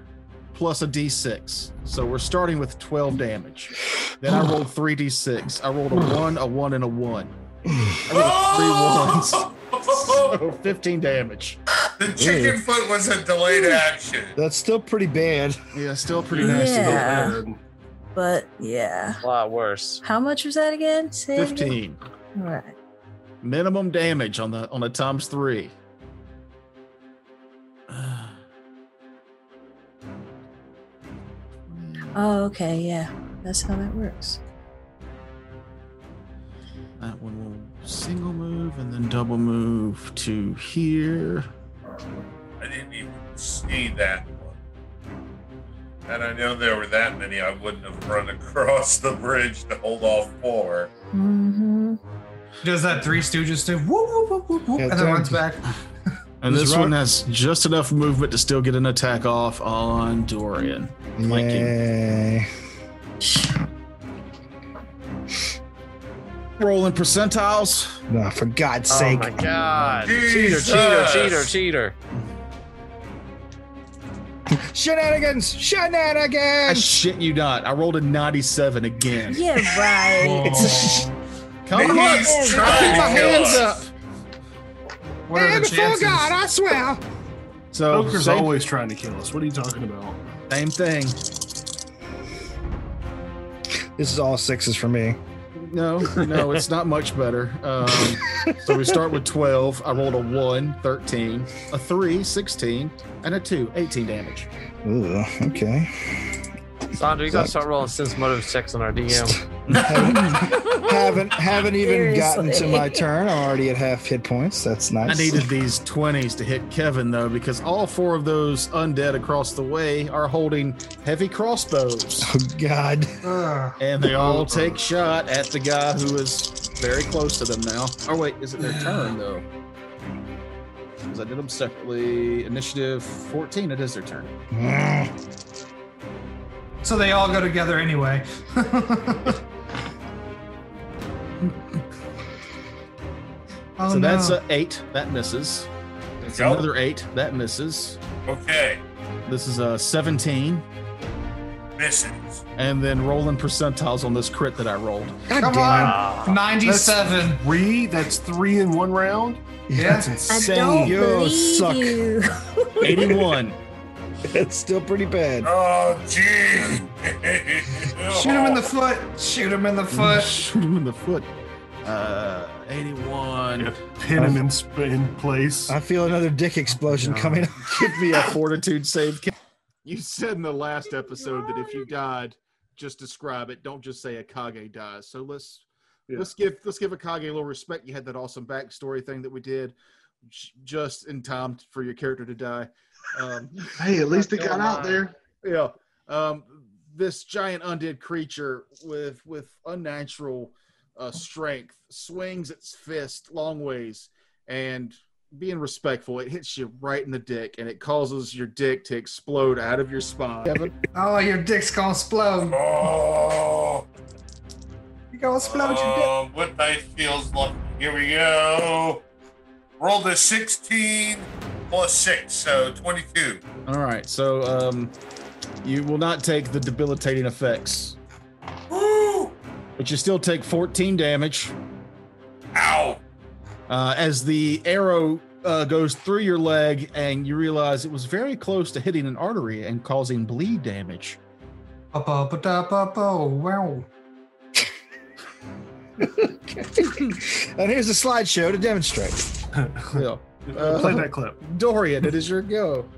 S5: plus a d6. So we're starting with 12 damage. Then I rolled 3d6. I rolled a 1, a 1, and a 1. I rolled three ones. So 15 damage.
S3: The chicken foot was a delayed action.
S4: That's still pretty bad.
S5: Yeah, still pretty
S1: Yeah.
S5: nasty. though.
S1: Yeah. But yeah.
S6: A lot worse.
S1: How much was that again? Say it again.
S5: 15.
S1: All right.
S5: minimum damage on the on a times three.
S1: Oh, okay. Yeah. That's how that works.
S5: That one will single move and then double move to here.
S3: I didn't even see that one. And I know there were that many. I wouldn't have run across the bridge to hold off for.
S1: Mm-hmm.
S2: Does that Three Stooges do? Whoop, whoop, whoop, whoop, whoop,
S4: Yeah,
S2: and then
S4: thank
S2: runs
S4: you.
S2: back.
S5: And
S4: Is
S5: this
S4: Rock-
S5: one has just enough movement to still get an attack off on Dorian. Like you.
S4: Yay.
S5: Rolling percentiles.
S4: No, for God's
S6: Oh
S4: sake.
S6: my god.
S3: Jesus.
S6: Cheater, cheater, cheater, cheater.
S4: Shenanigans!
S5: I
S4: Shenanigans!
S5: shit you not. I rolled a 97 again.
S1: Yeah, right.
S5: Come on,
S3: He's
S5: put
S3: trying to
S5: my
S3: kill
S5: hands
S3: us.
S5: up.
S2: What are the chances?
S4: I swear.
S5: So
S7: Joker's
S5: Oh, same,
S7: always trying to kill us. What are you talking about?
S5: same thing.
S4: This is all sixes for me.
S5: No, no, it's not much better. Um, so we start with 12. I rolled a 1, 13, a 3, 16, and a 2, 18 damage.
S4: Ooh, okay.
S6: Sandra, you gotta start rolling sense motive checks on our DM.
S4: haven't haven't even gotten to
S1: Seriously.
S4: my turn. I'm already at half hit points. That's
S5: I
S4: nice.
S5: needed these 20s to hit Kevin, though, because all four of those undead across the way are holding heavy crossbows.
S4: Oh God.
S2: Ugh.
S5: And they all take shot at the guy who is very close to them now. Oh, wait, is it their turn, though? Because I did them separately. Initiative 14, it is their turn.
S2: So they all go together anyway. oh,
S5: so that's
S2: no.
S5: a eight. That misses. That's
S3: Go.
S5: another eight. That misses.
S3: Okay,
S5: This is a 17.
S3: misses.
S5: And then rolling percentiles on this crit that I rolled.
S2: Come on, ninety-seven.
S7: Three? That's three in one round?
S2: Yeah.
S1: I
S5: Insane.
S1: don't
S4: you
S1: believe
S4: suck.
S1: you.
S5: 81.
S4: That's still pretty bad.
S3: Oh, gee.
S2: Shoot him in the foot. Shoot him in the foot.
S5: Shoot him in the foot. Uh, 81.
S7: Yeah. Pin
S5: Uh,
S7: him in, sp- in place.
S4: I feel another dick explosion coming. up.
S5: Give me a fortitude save. You said in the last episode that if you died, just describe it. Don't just say Akage dies. So let's
S7: Yeah.
S5: let's give let's give Akage a little respect. You had that awesome backstory thing that we did, j- just in time for your character to die. Um,
S7: hey, at least it
S9: got out there.
S5: yeah. Um, this giant undead creature with with unnatural uh, strength swings its fist long ways, and being respectful, it hits you right in the dick, and it causes your dick to explode out of your spine. Kevin,
S2: Oh, your dick's gonna explode.
S3: Oh,
S2: You gonna explode your dick.
S3: oh what dice feels lucky. Here we go. Rolled a 16 plus 6, so 22.
S5: all right, so um, you will not take the debilitating effects,
S3: Woo!
S5: but you still take 14 damage.
S3: Ow!
S5: uh, as the arrow uh, goes through your leg, and you realize it was very close to hitting an artery and causing bleed damage.
S2: Ba-ba-ba-da-ba-bo. Wow.
S4: and here's a slideshow to demonstrate.
S5: Yeah.
S7: Play that clip.
S5: Dorian, it is your go.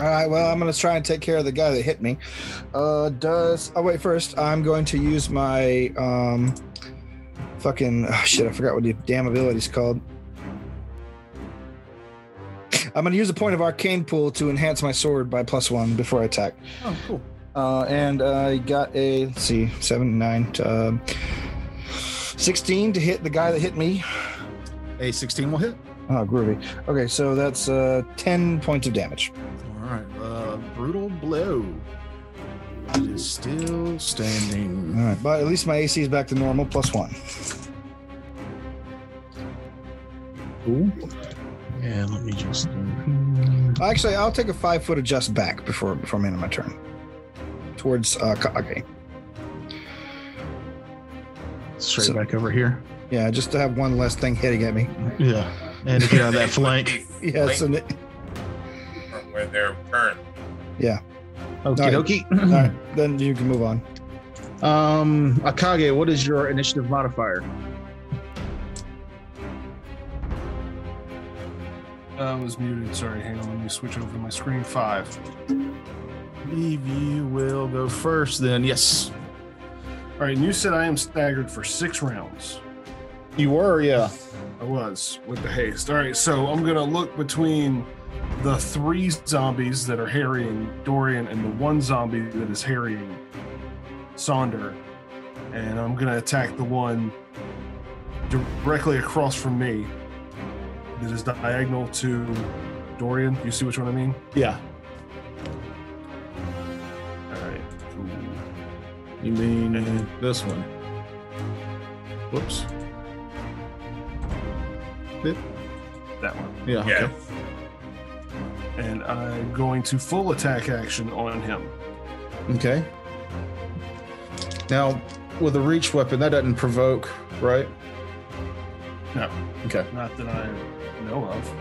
S4: All right. Well, I'm gonna try and take care of the guy that hit me. Uh, does oh wait first? I'm going to use my um, fucking oh shit. I forgot what the damn ability's called. I'm gonna use a point of arcane pool to enhance my sword by plus one before I attack.
S5: Oh, cool.
S4: Uh, and I got a let's see seven nine um, sixteen to hit the guy that hit me.
S5: A 16 will hit.
S4: Oh, groovy. Okay, so that's uh, ten points of damage.
S5: All right. Uh, brutal blow. It is still
S4: All
S5: standing.
S4: right, but at least my AC is back to normal plus one.
S5: Cool. Yeah, let me just. hmm,
S4: Actually, I'll take a five foot adjust back before before I'm into my turn. Towards uh, Ka- okay,
S5: Straight
S4: So-
S5: back over here.
S4: yeah, just to have one less thing hitting at me.
S5: Yeah. And to get out of that flank.
S4: Yes, and it,
S3: From where they're turned.
S5: Okie
S4: all
S5: dokie.
S4: right, then you can move on.
S5: Um, Akage, what is your initiative modifier?
S7: Uh, I was muted. Sorry. Hang on. Let me switch over to my screen. Five.
S5: believe you will go first then. Yes.
S7: All right. And you said I am staggered for six rounds.
S5: You were, yeah.
S7: I was with the haste. All right. So I'm going to look between the three zombies that are harrying Dorian and the one zombie that is harrying Sonder. And I'm going to attack the one directly across from me that is diagonal to Dorian. You see which one I mean?
S5: Yeah.
S7: All right. Ooh.
S5: You mean this one. Whoops.
S7: That one.
S5: Yeah.
S3: Yeah.
S5: okay.
S7: and I'm going to full attack action on him.
S5: Okay. Now, with a reach weapon, that doesn't provoke, right?
S7: No.
S5: Okay.
S7: Not that I know of.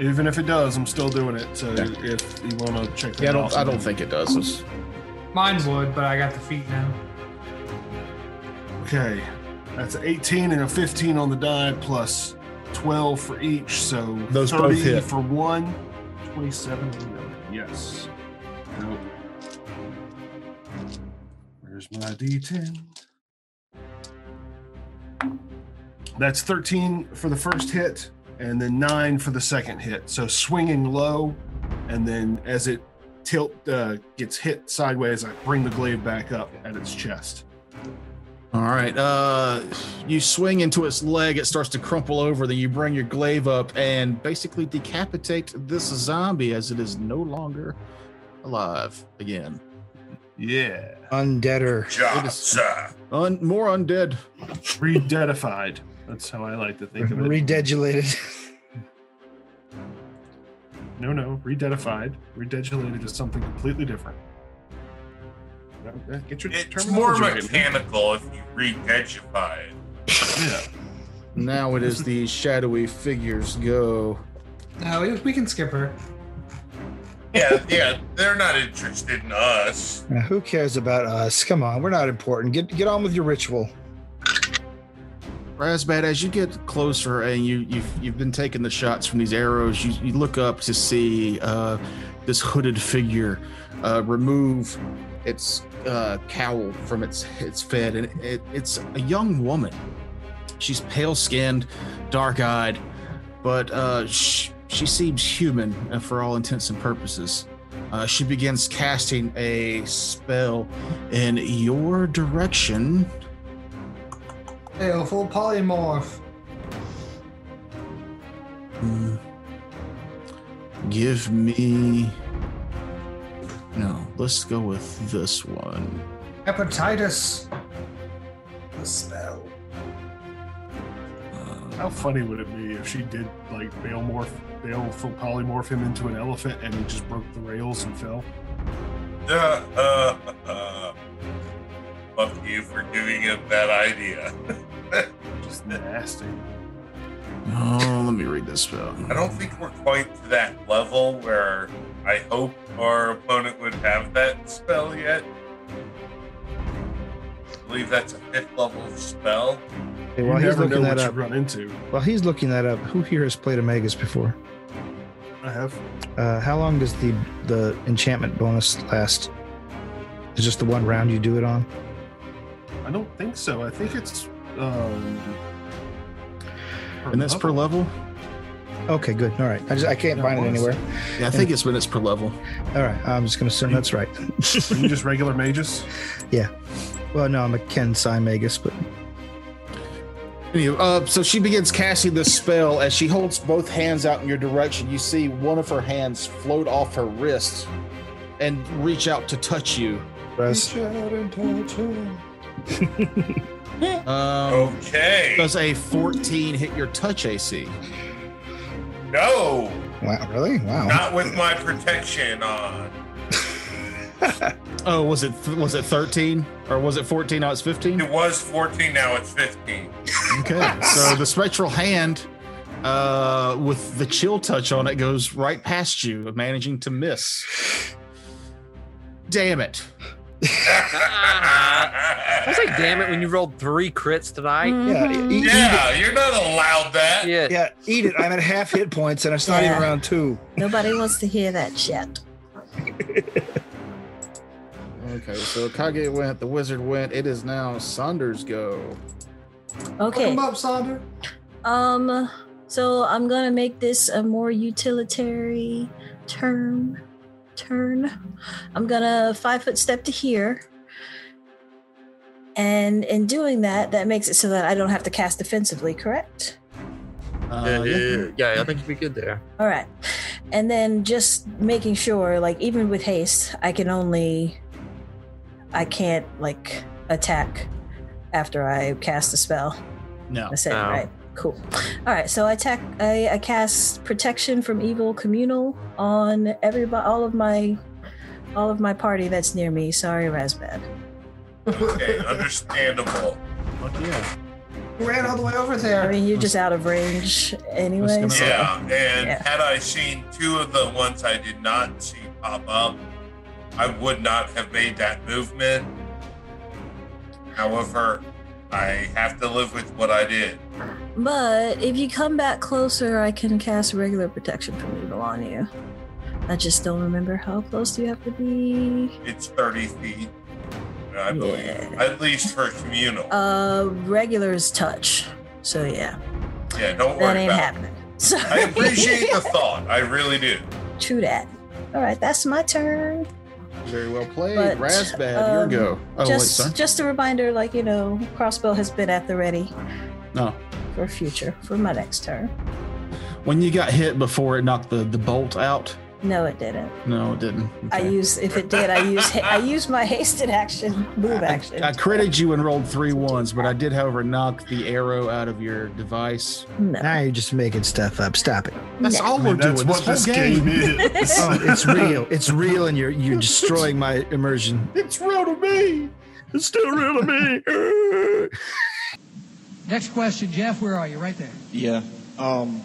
S7: Even if it does, I'm still doing it. So
S5: Okay.
S7: if you want to check that
S5: Yeah, I
S7: out,
S5: don't. I don't think it does. It's-
S2: Mine would, but I got the feet now.
S7: Okay, that's an 18 and a 15 on the die, plus 12 for each. So
S5: Those both
S7: 30
S5: hit.
S7: for one, 27 million. Yes. Nope. Where's my D10? That's 13 for the first hit and then 9 for the second hit. So swinging low and then as it tilt uh, gets hit sideways, I bring the glaive back up at its chest.
S5: All right. Uh, you swing into its leg. It starts to crumple over. Then you bring your glaive up and basically decapitate this zombie as it is no longer alive again. Yeah.
S4: Undeader.
S3: Job,
S5: It is-
S3: sir.
S5: Un- more undead.
S7: Rededified. That's how I like to think of it.
S4: Rededilated.
S7: No, no, rededified. Rededilated is something completely different. Uh, Get your
S3: It's
S7: terminology
S3: more
S7: right, man.
S3: mechanical if you re-vegetify it.
S5: Now it is the shadowy figures go.
S2: No, we, we can skip her.
S3: Yeah, yeah, they're not interested in us.
S4: Now, who cares about us? Come on, we're not important. Get get on with your ritual.
S5: Razbat, as you get closer and you, you've, you've been taking the shots from these arrows, you, you look up to see uh, this hooded figure uh, remove its uh, cowl from its its fed, and it, it's a young woman. She's pale skinned, dark eyed, but uh, sh- she seems human uh, for all intents and purposes. Uh, she begins casting a spell in your direction.
S2: Hey, a full polymorph.
S5: Mm. Give me. No, let's go with this one.
S2: Hepatitis. The spell.
S3: Uh,
S7: How funny would it be if she did like Balemorph, Bale polymorph him into an elephant and he just broke the rails and fell?
S3: Uh, uh, uh, fuck you for giving him that idea.
S7: Just nasty.
S5: Oh, let me read this spell.
S3: I don't think we're quite to that level where I hope our opponent would have that spell yet. I believe that's a fifth level spell.
S4: Okay,
S7: You
S4: while he's
S7: never know
S4: looking
S7: what
S4: that
S7: you
S4: up,
S7: run into.
S4: while he's looking that up, who here has played Omegas before?
S7: I have.
S4: Uh, how long does the the enchantment bonus last? Is just the one round you do it on?
S7: I don't think so. I think it's. Um, per
S5: And that's per
S7: level.
S5: level?
S4: Okay, good. All right, I just I can't
S7: No,
S4: find it
S7: bonus.
S4: anywhere.
S5: Yeah, I think it's when it's per level.
S4: All right, I'm just gonna assume that's right.
S7: Are you just regular mages?
S4: Well, no, I'm a Ken Magus, but
S5: Anywho, uh, so she begins casting this spell as she holds both hands out in your direction. You see one of her hands float off her wrist and reach out to touch you.
S4: Russ,
S5: Um,
S3: Okay.
S5: does a 14 hit your touch AC?
S3: No,
S4: wow, really? Wow.
S3: not with my protection on.
S5: Oh, was it was it 13 or was it 14? Now it's 15.
S3: It was 14, now it's 15.
S5: Okay, so the spectral hand uh, with the chill touch on it goes right past you, managing to miss. Damn it.
S3: I
S1: Uh-huh.
S6: I was like, damn it, when you rolled three crits tonight.
S4: Yeah, e- eat, it.
S3: Yeah, you're not allowed that.
S6: Shit.
S4: yeah, eat it. I'm at half hit points, and it's not even
S1: Yeah.
S4: round two.
S1: Nobody wants to hear that shit.
S5: Okay, so Kage went, the wizard went. It is now Saunders' go.
S1: Okay.
S2: Come up, Sonder.
S1: Um, so I'm gonna make this a more utilitarian turn. Turn. I'm gonna five foot step to here. And in doing that, that makes it so that I don't have to cast defensively, correct?
S5: Uh, yeah.
S6: yeah, I think you'd be good there.
S1: All right. And then just making sure, like, even with haste, I can only. I can't, like, attack after I cast a spell.
S5: No.
S1: That's it,
S6: No.
S1: right? Cool. All right, so I attack. I, I cast protection from evil communal on everybody, all of my, all of my party that's near me. Sorry, Razbad.
S3: Okay, understandable.
S5: Fuck yeah.
S2: Ran all the way over
S1: I
S2: there.
S1: mean, you're just out of range, anyway.
S5: gonna-
S3: Yeah, and
S1: Yeah.
S3: had I seen two of the ones I did not see pop up, I would not have made that movement. However, I have to live with what I did.
S1: But if you come back closer, I can cast regular protection from evil on you. I just don't remember how close do you have to be.
S3: It's 30 feet, I believe.
S1: Yeah.
S3: At least for communal.
S1: Uh, regulars touch. So yeah,
S3: yeah,
S1: that
S3: don't worry
S1: ain't
S3: about
S1: happening. So
S3: it. I appreciate the thought. I really do.
S1: True that. All right, that's my turn.
S5: Very well played.
S1: But,
S5: Rasbad,
S1: um,
S5: your go. Oh, wait,
S1: just,
S5: sorry.
S1: just a reminder, like you know, crossbow has been at the ready
S5: No.
S1: for future for my next turn.
S5: When you got hit before it knocked the, the bolt out?
S1: No, it didn't.
S5: No, it didn't.
S1: I
S5: Okay.
S1: use if it did, I use ha- I use my hasted action move action.
S5: I critted you and rolled three ones, but I did, however, knock the arrow out of your device.
S1: No.
S4: Now you're just making stuff up. Stop it.
S5: That's
S1: No.
S5: all
S7: I
S5: we're
S7: mean, that's
S5: doing.
S7: what this game, is.
S4: Oh, it's real. It's real, and you're you're destroying my immersion.
S5: It's real to me.
S4: It's still real to me.
S10: Next question, Jeff. Where are you? Right there.
S11: Yeah. Um,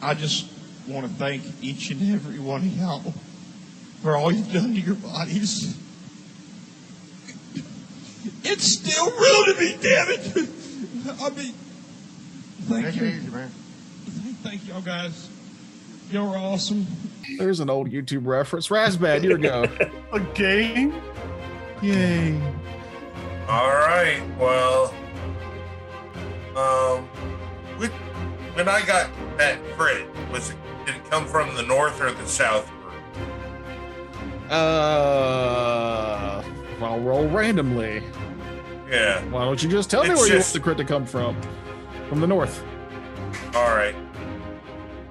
S11: I just want to thank each and every one of y'all for all you've done to your bodies. It's still real to me, damn it! I mean, thank you. Thank y'all guys. Y'all are awesome.
S5: There's an old YouTube reference. Rasbad, your go.
S7: a game.
S5: Yay.
S3: All right. Well, um, with, when I got that crit, was it, did it come from the north or the south?
S5: Uh, I'll roll randomly.
S3: Yeah.
S5: Why don't you just tell me
S3: It's
S5: where you want
S3: just-
S5: the crit to come from? From the north.
S3: All right.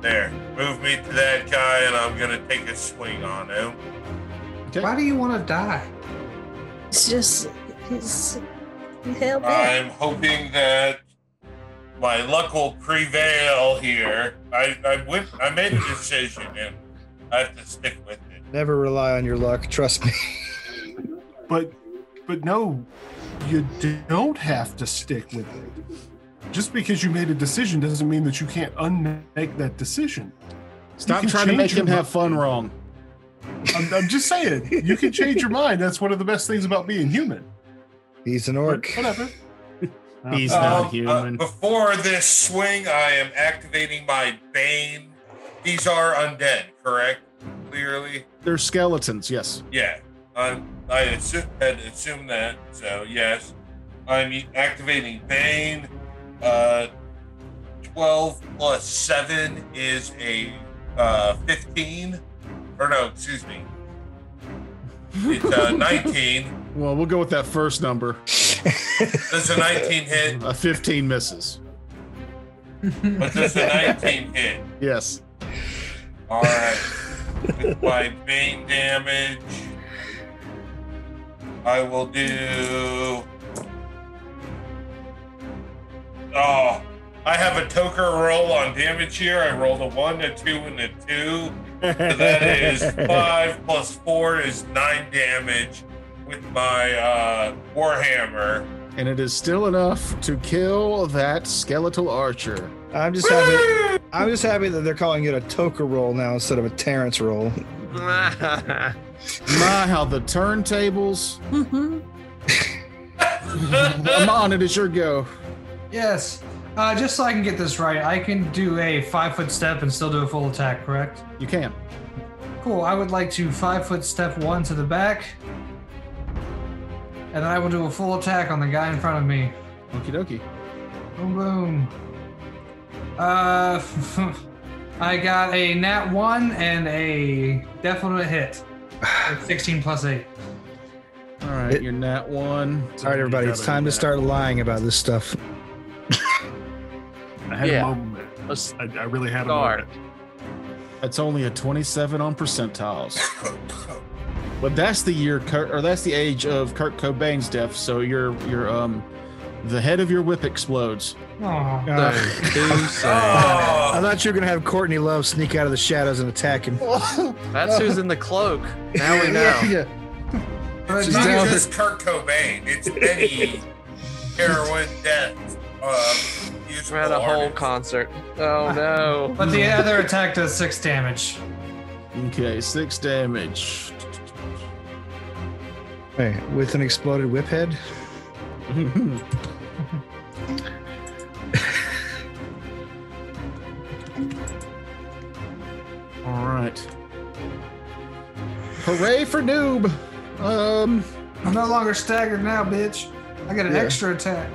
S3: There. Move me to that guy, and I'm gonna take a swing on him.
S2: Why do you want to die?
S1: It's just he's he's hell bent.
S3: I'm hoping that my luck will prevail here. I I, went, I made a decision, and I have to stick with it.
S4: Never rely on your luck. Trust me.
S7: But but no, you don't have to stick with it. Just because you made a decision doesn't mean that you can't unmake that decision.
S5: Stop
S7: can
S5: trying to
S7: change
S5: make
S7: your
S5: him have
S7: mind.
S5: fun wrong.
S7: I'm, I'm just saying, you can change your mind. That's one of the best things about being human.
S4: He's an
S7: But
S4: orc.
S7: whatever.
S5: He's
S7: Uh,
S5: not
S3: Um, uh,
S5: human.
S3: before this swing, I am activating my Bane. These are undead, correct? Clearly.
S5: They're skeletons, yes.
S3: Yeah. I'm, I assu- had assumed that, so yes. I'm e- activating Bane. Uh, 12 plus 7 is a uh, 15. Or no, excuse me. It's uh, a 19.
S5: Well, we'll go with that first number.
S3: Does a 19 hit?
S5: A 15 misses.
S3: But does a 19 hit?
S5: Yes.
S3: All right. With my bane damage, I will do. Oh, I have a toker roll on damage here. I rolled a one, a two, and a two. So that is five plus four is nine damage with my uh, warhammer.
S5: And it is still enough to kill that skeletal archer.
S4: I'm just happy. I'm just happy that they're calling it a Toka roll now instead of a Terrence roll.
S5: My, how the turntables.
S1: Mm-hmm.
S5: Amon, it is your go.
S2: Yes. Uh, just so I can get this right, I can do a five foot step and still do a full attack, correct?
S5: You can.
S2: Cool. I would like to five foot step one to the back. And then I will do a full attack on the guy in front of me.
S5: Okie dokie.
S2: Boom, boom. Uh, I got a nat one and a definite hit. With 16 plus 8.
S5: All right,
S4: It-
S5: you're nat one.
S4: All right, everybody, it's time to start lying about this stuff.
S7: I had
S6: Yeah.
S7: a moment.
S6: Let's
S7: I, I really had a
S6: start.
S7: moment.
S5: That's only a 27 on percentiles. But that's the year, Kurt, or that's the age of Kurt Cobain's death. So your your um, the head of your whip explodes.
S2: Aw.
S4: Uh,
S6: Two seconds.
S4: I
S3: Oh,
S4: thought you were gonna have Courtney Love sneak out of the shadows and attack him.
S6: That's who's in the cloak. Now we know.
S2: But
S3: it's
S2: not
S3: not
S5: down to-
S3: just Kurt Cobain. It's any heroin death. Uh,
S6: We had a whole concert. Oh no.
S2: But the other attack does six damage.
S5: Okay, six damage.
S4: Hey, with an exploded whip head.
S5: All right. Hooray for noob! Um,
S2: I'm no longer staggered now, bitch. I got an
S5: Yeah.
S2: extra attack.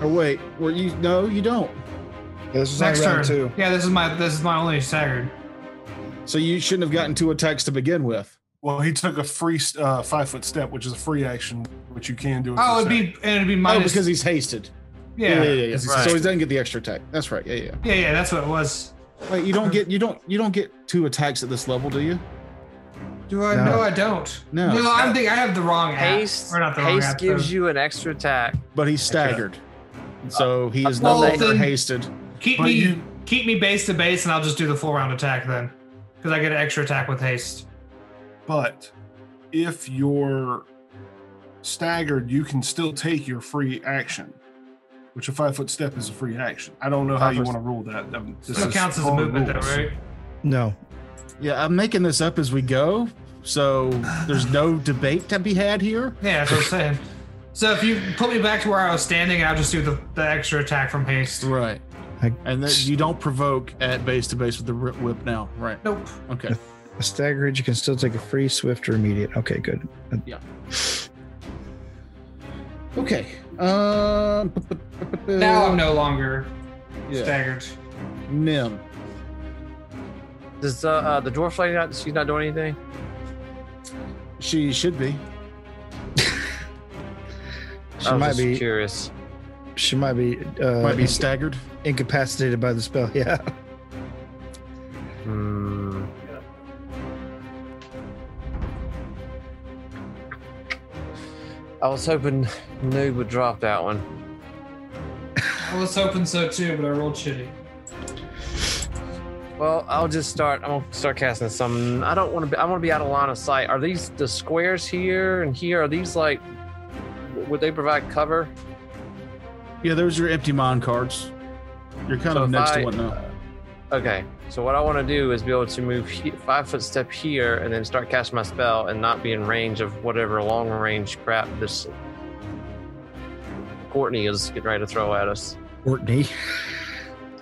S5: oh wait, were you? No, you don't.
S4: This is
S2: Next
S4: only
S2: turn.
S4: round two.
S2: Yeah, this is my this is my only staggered.
S5: So you shouldn't have gotten two attacks to begin with.
S7: Well, he took a free uh, five foot step, which is a free action, which you can do. if
S2: Oh,
S7: you're
S2: it'd be and it'd be
S5: Oh,
S2: minus.
S5: because he's hasted.
S2: yeah.
S5: yeah, yeah.
S2: yeah,
S5: yeah, yeah.
S3: Right.
S5: So he doesn't get the extra attack. That's right. Yeah, yeah.
S2: yeah, That's what it was.
S5: Wait, you don't get you don't you don't get two attacks at this level, do you?
S2: Do I?
S4: No.
S2: No, I don't.
S5: No.
S2: no, I'm think I have the wrong app.
S6: Haste,
S2: or not the wrong
S6: haste
S2: app,
S6: gives
S2: the-
S6: you an extra attack.
S5: But he's staggered, so he is
S2: Well,
S5: no longer
S2: then-
S5: hasted.
S2: Keep
S7: But
S2: me
S7: you-
S2: keep me base to base, and I'll just do the full round attack then, because I get an extra attack with haste.
S7: But if you're staggered, you can still take your free action, which a five foot step is a free action. I don't know how you
S5: Five-foot-
S7: want to rule that. Um, this
S2: Still
S7: is
S2: counts as a
S7: all the
S2: movement, though,
S7: rules.
S2: right?
S4: No.
S5: Yeah, I'm making this up as we go, so there's no debate to be had here.
S2: Yeah, that's what I'm saying. So if you put me back to where I was standing, I'll just do the, the extra attack from haste.
S5: Right.
S4: I-
S5: And then you don't provoke at base to base with the ri- whip now. Right.
S2: Nope.
S5: Okay.
S4: A staggered, you can still take a free, swift, or immediate. Okay, good.
S5: Okay. Um.
S2: Now I'm no longer
S5: yeah.
S2: staggered.
S5: Nim.
S6: Does the uh, the dwarf lady not? She's not doing anything.
S5: She should be.
S4: She
S6: I was
S4: might
S6: just
S4: be.
S6: curious.
S4: She might be. Uh,
S5: Might be
S4: inc-
S5: staggered.
S4: incapacitated by the spell. Yeah.
S6: Hmm. I was hoping Noob would drop that one.
S2: I was hoping so too, but I rolled shitty.
S6: Well, I'll just start. I'm gonna start casting some. I don't want to be. I want to be out of line of sight. Are these the squares here and here? Are these like? Would they provide cover?
S5: Yeah. Those are empty mine cards. You're kind
S6: So
S5: of
S6: if
S5: next
S6: I-
S5: to one now.
S6: Okay. So what I want to do is be able to move he- five foot step here and then start casting my spell and not be in range of whatever long range crap this Courtney is getting ready to throw at us.
S4: Courtney.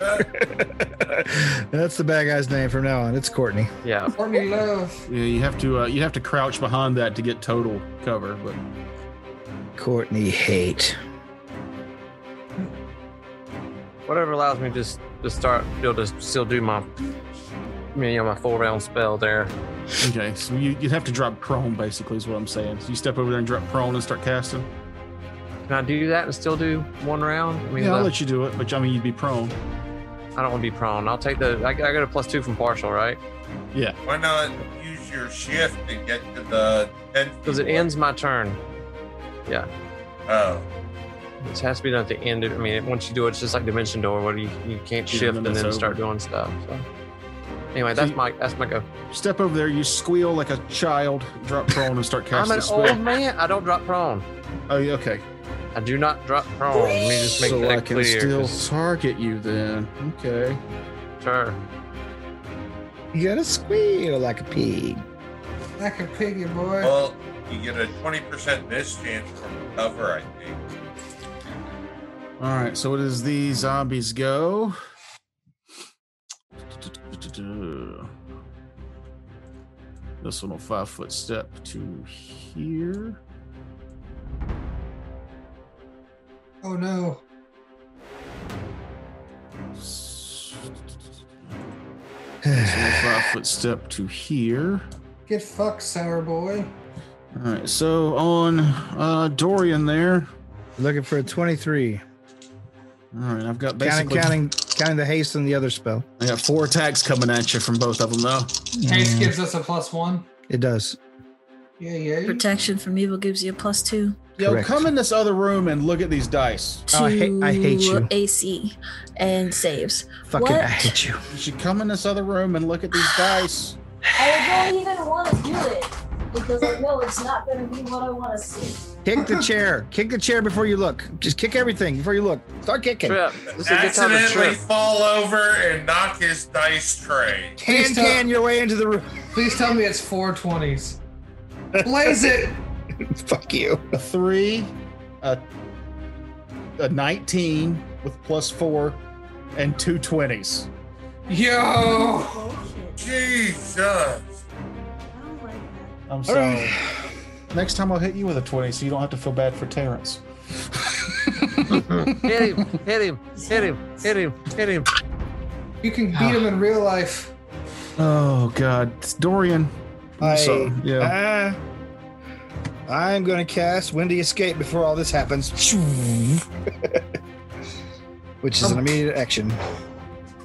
S4: That's the bad guy's name from now on. It's Courtney.
S6: Yeah.
S2: Courtney Love.
S5: Yeah. You have to. Uh, you have to crouch behind that to get total cover. But
S4: Courtney hate.
S6: Whatever allows me to just to start be able to still do my you know my full round spell there.
S5: okay. So you, you'd have to drop prone basically is what I'm saying. So you step over there and drop prone and start casting.
S6: Can I do that and still do one round? I mean,
S5: Yeah. I'll
S6: the-
S5: let you do it. But I mean, you'd be prone.
S6: I don't want to be prone. I'll take the. I, I got a plus two from partial, right?
S3: Why not use your shift and get to the 10
S6: Because it ends my turn.
S3: Oh,
S6: It has to be done at the end. Of, I mean, once you do it, it's just like dimension door, where you, you can't
S5: Yeah,
S6: shift
S5: then
S6: and then
S5: it's over.
S6: start doing stuff. So. Anyway,
S5: So
S6: that's
S5: you-
S6: my that's my go.
S5: Step over there. You squeal like a child. Drop prone and start
S6: I'm
S5: casting
S6: an
S5: the spell.
S6: old man. I don't drop prone.
S5: Oh, yeah, okay.
S6: I do not drop prone. Let me just make
S5: so
S6: that
S5: I can
S6: clear.
S5: still
S6: Just-
S5: target you then. Okay.
S6: sure.
S4: You gotta squeal like a pig.
S2: Like a piggy boy.
S7: Uh.
S3: well, you get a 20% miss chance from cover, I think.
S5: All right. So it is the zombies go. This one will five foot step to here.
S2: Oh no.
S5: This one will five foot step to here.
S2: Get fucked, sour boy.
S5: All right. So on uh, Dorian there.
S4: Looking for a 23.
S5: All right. I've got
S4: Counting,
S5: basically.
S4: counting, counting the haste and the other spell.
S5: I got four attacks coming at you from both of them though.
S2: Haste gives us a plus one.
S4: It does.
S2: Yeah, yeah.
S1: Protection from evil gives you a plus two
S5: Yo,
S4: Correct.
S5: come in this other room and look at these dice.
S1: to
S4: Oh, I hate- I hate you.
S1: AC and saves.
S4: Fucking, I
S1: What?
S4: hate you.
S5: You should come in this other room and look at these dice.
S1: I don't even want to do it because I know it's not going to be what I want to see.
S4: Kick the chair. Kick the chair before you look. Just kick everything before you look. Start kicking.
S6: Trip. This is a good time to
S3: Accidentally
S6: trip.
S3: fall over and knock his dice tray.
S4: Can can your way into the room.
S2: Please tell me it's four twenties. Blaze it.
S4: Fuck you.
S5: A three, a, a 19 with plus four, and two 20s.
S2: Yo.
S1: Bullshit.
S3: Jesus.
S1: I don't like that.
S5: I'm sorry. Next time I'll hit you with a 20 so you don't have to feel bad for Terrence.
S6: hit him! Hit him! Hit him! Hit him! Hit him!
S2: You can beat him in
S5: Ah.
S2: real life.
S5: Oh, God. It's Dorian.
S4: I,
S5: So, yeah.
S4: uh, I'm going to cast Windy Escape before all this happens. Which is an immediate action.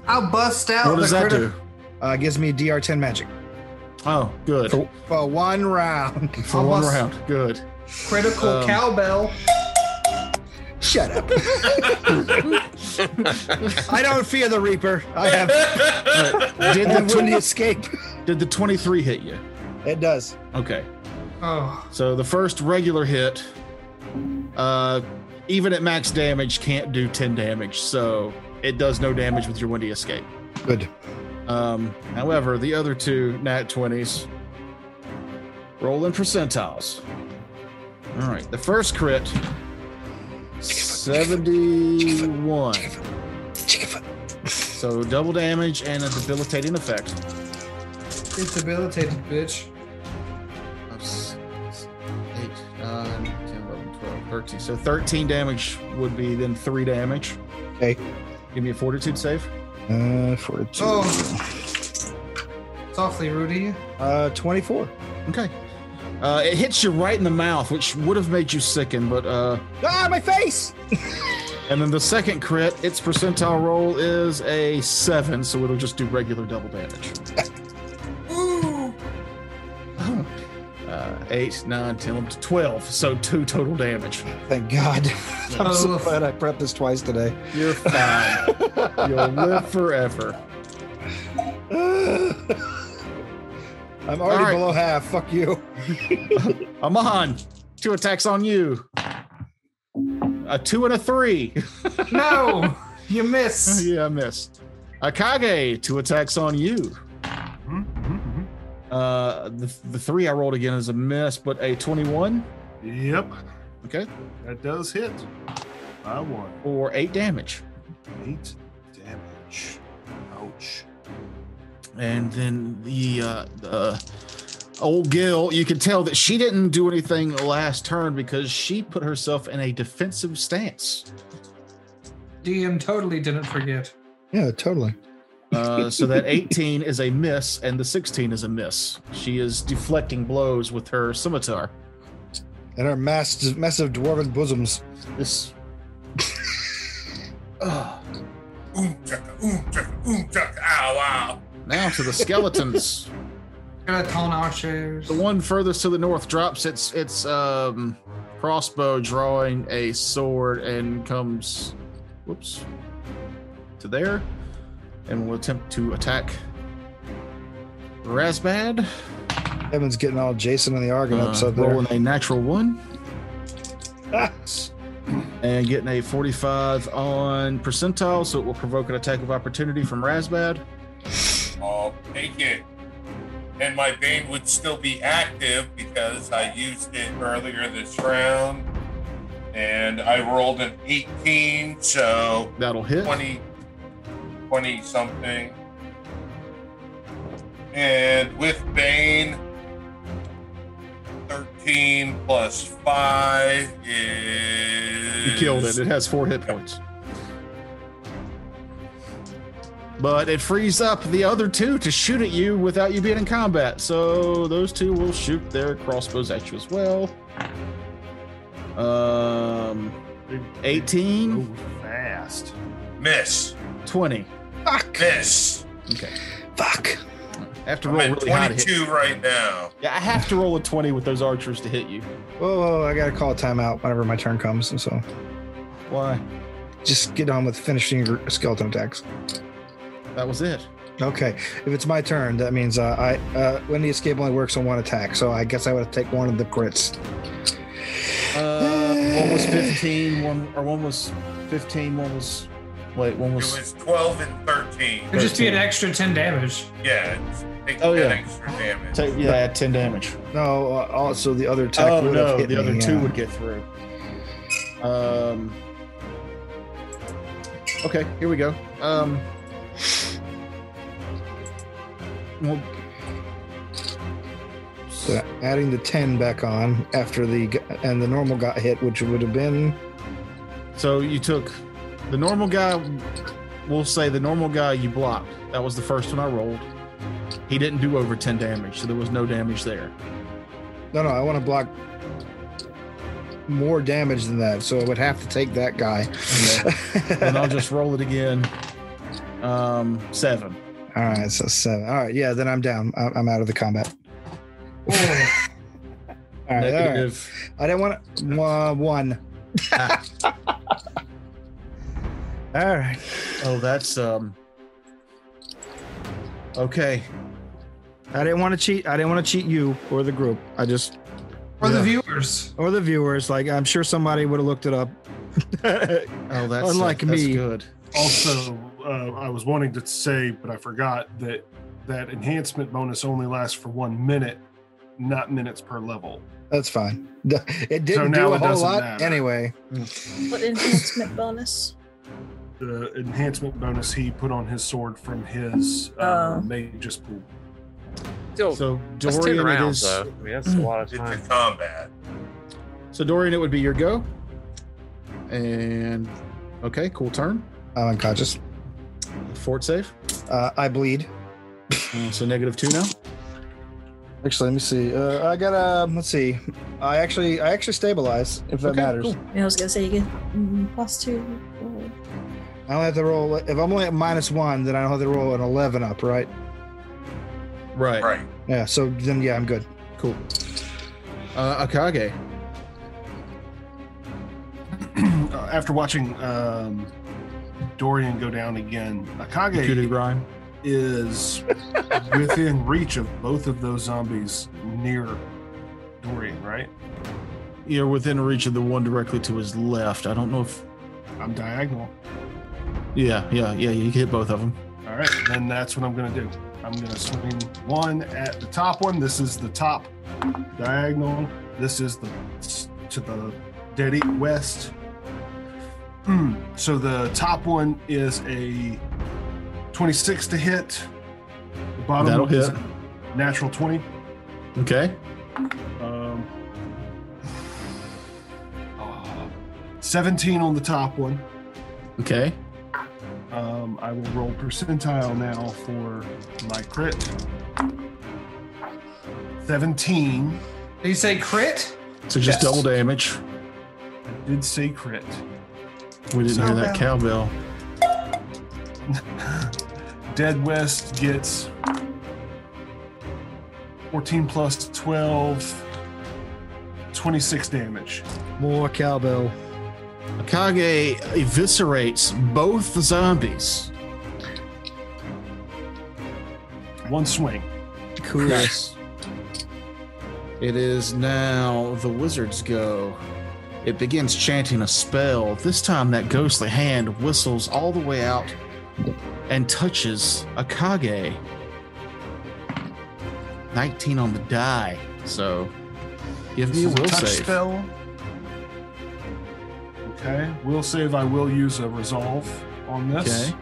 S2: I'll bust out.
S5: What does
S2: the
S5: that
S2: critter-
S5: do?
S4: Uh, gives me DR10 magic
S5: Oh, good.
S4: for, for one round.
S5: For one
S2: Almost-
S5: round. Good.
S2: Critical
S5: Um,
S2: cowbell.
S4: Shut up. I don't fear the Reaper. I have
S5: Did the,
S4: and Windy
S5: 20,
S4: Escape.
S5: did the 23 hit you?
S4: It does.
S5: Okay.
S2: Oh,
S5: So the first regular hit, uh, even at max damage, can't do 10 damage. So it does no damage with your windy escape.
S4: Good.
S5: Um, however, the other two nat 20s rolling percentiles. All right. The first crit 71.
S4: Chickafoot.
S5: So double damage and a debilitating effect.
S2: it's debilitated, bitch.
S5: That's s- 8, 9, 10, 11, 12, 13. So 13 damage would be then 3 damage.
S4: Okay.
S5: Give me a fortitude save.
S4: Uh, for two.
S2: Oh, softly, Rudy.
S4: Uh, 24.
S5: Okay. Uh, it hits you right in the mouth, which would have made you sicken, but uh,
S4: Ah, my face!
S5: and then the second crit, its percentile roll is a seven, so it'll just do regular double damage. Uh, eight, nine, ten, eleven, twelve. So two total damage.
S4: Thank God. I'm so
S2: Oof.
S4: glad I prepped this twice today.
S5: You're fine. You'll live forever.
S4: I'm already
S5: right.
S4: below half. Fuck you.
S5: Amon, two attacks on you. A two and a three.
S2: No, you miss.
S5: yeah, I missed. Akage, two attacks on you.
S7: Mhm, mhm,
S5: Uh, the, the three I rolled again is a miss, but a 21.
S7: mhm. Yep,
S5: Okay.
S7: that does hit. I won.
S5: Or eight damage.
S7: Eight damage. Ouch.
S5: And then the, uh, the old Gil, you can tell that she didn't do anything last turn because she put herself in a defensive stance.
S2: DM totally didn't forget.
S4: Yeah, totally.
S5: Uh, so that 18 is a miss and the 16 is a miss. She is deflecting blows with her scimitar.
S4: And our massive, massive dwarven bosoms.
S5: This. Ugh.
S3: Oom chaka, oom chaka, oom chaka. Ow, ow.
S5: now to the skeletons.
S2: Gotta tone our chairs.
S5: the one furthest to the north drops its its um, crossbow, drawing a sword, and comes, whoops, to there, and will attempt to attack Razbad.
S4: Evan's getting all Jason and the Argon
S5: Uh,
S4: episode there.
S5: rolling a natural one
S4: Ah,
S5: and getting a 45 on percentile, so it will provoke an attack of opportunity from Razbad.
S3: I'll take it. And my bane would still be active because I used it earlier this round. And I rolled an 18, so
S5: That'll hit.
S3: 20, 20 something. And with Bane, 13 plus 5 is.
S5: You killed it. It has four hit points. But it frees up the other two to shoot at you without you being in combat. So those two will shoot their crossbows at you as well. Um,
S7: They-
S5: 18,
S7: Move fast.
S3: Miss.
S5: 20.
S4: fuck.
S3: Miss.
S5: Okay.
S4: Fuck.
S5: I have to
S3: I'm
S5: roll
S3: at
S5: really high to hit.
S3: 22 right now.
S5: Yeah, I have to roll a 20 with those archers to hit you.
S4: Whoa, whoa, whoa, I gotta call a timeout whenever my turn comes. And so
S5: Why?
S4: just get on with finishing your skeleton attacks.
S5: That was it.
S4: Okay. If it's my turn, that means uh, I uh, Windy Escape only works on one attack. So I guess I would take one of the crits.
S5: Uh, one was 15, one, or one was 15, one was. Wait, one
S3: It
S5: was.
S3: was 12 and 13.
S2: It'd just be an extra 10 damage.
S3: Yeah, it's- take
S5: Oh,
S3: that
S5: yeah.
S3: extra damage.
S5: Take, yeah, add 10 damage.
S4: No, uh, also the other attack
S5: oh
S4: would have
S5: no,
S4: hit
S5: the other
S4: me,
S5: two
S4: yeah.
S5: would get through. Um. Okay, here we go. Um. Well,
S4: So adding the 10 back on after the g- and the normal got hit, which would have been
S5: So you took the normal guy. We'll say the normal guy you blocked. That was the first one I rolled. He didn't do over 10 damage, so there was no damage there.
S4: no, no. I want to block more damage than that, so I would have to take that guy.
S5: and I'll just roll it again. Um, seven.
S4: All right, so seven. All right, yeah. Then I'm down. I- I'm out of the combat. all right, all right.
S5: Negative.
S4: I didn't want to, uh, one. all right.
S5: Oh, that's um. Okay.
S4: I didn't want to cheat. I didn't want to cheat you or the group. I just
S2: For the
S5: Yeah.
S2: viewers.
S4: or the viewers. Like I'm sure somebody would have looked it up.
S5: Oh, that's
S4: Unlike
S5: that's
S4: me.
S5: Good.
S7: Also, uh, I was wanting to say, but I forgot that that enhancement bonus only lasts for one minute, not minutes per level.
S4: That's fine. It didn't
S7: now
S4: do a
S7: it
S4: whole
S7: doesn't
S4: lot
S7: matter.
S4: anyway.
S1: What enhancement bonus?
S7: The enhancement bonus he put on his sword from his uh,
S1: Oh.
S7: mage's pool.
S6: Still,
S5: So
S6: that's
S5: Dorian,
S6: 10
S5: it
S6: rounds,
S5: is.
S6: though. I mean, that's a lot of
S3: It's a
S6: time.
S3: combat.
S5: So Dorian, it would be your go. And okay, cool turn.
S4: I'm unconscious.
S5: Fort save.
S4: Uh, I bleed.
S5: Mm, So negative two now.
S4: Actually, let me see. Uh, I got a. Let's see. I actually, I actually stabilize if that
S5: Okay,
S4: matters.
S5: cool.
S1: I was gonna say you get mm, plus two. or-
S4: I only have to roll. If I'm only at minus one, then I don't have to roll an eleven up, right?
S5: Right.
S3: Right.
S4: Yeah. So then, yeah, I'm good.
S5: Cool. Uh, Akage.
S7: Uh, After watching um, Dorian go down again, Akage
S5: Coup de grace.
S7: is within reach of both of those zombies near Dorian, right?
S5: You're within reach of the one directly to his left. I don't know if.
S7: I'm diagonal.
S5: Yeah, yeah, yeah. You can hit both of them.
S7: All right, then that's what I'm gonna do. I'm gonna swing one at the top one. This is the top diagonal. This is the to the dead east west. Hmm, So the top one is a 26 to hit. The bottom
S5: That'll
S7: one is
S5: hit.
S7: a natural 20.
S5: Okay.
S7: Um, uh, 17 on the top one.
S5: Okay.
S7: Um, I will roll percentile now for my crit. 17.
S2: Did you say crit?
S5: So just
S7: Yes.
S5: double damage.
S7: I did say crit.
S5: We didn't hear that cowbell.
S7: Dead West gets 14 plus 12, 26 damage.
S4: More cowbell.
S5: Akage eviscerates both the zombies.
S7: One swing.
S4: Cool.
S5: It is now the wizard's go. It begins chanting a spell. This time, that ghostly hand whistles all the way out and touches Akage. 19 on the die. So, give me
S7: This
S5: a
S7: is a
S5: will
S7: touch
S5: save.
S7: spell. Okay. Will save. I will use a resolve on this.
S5: Okay.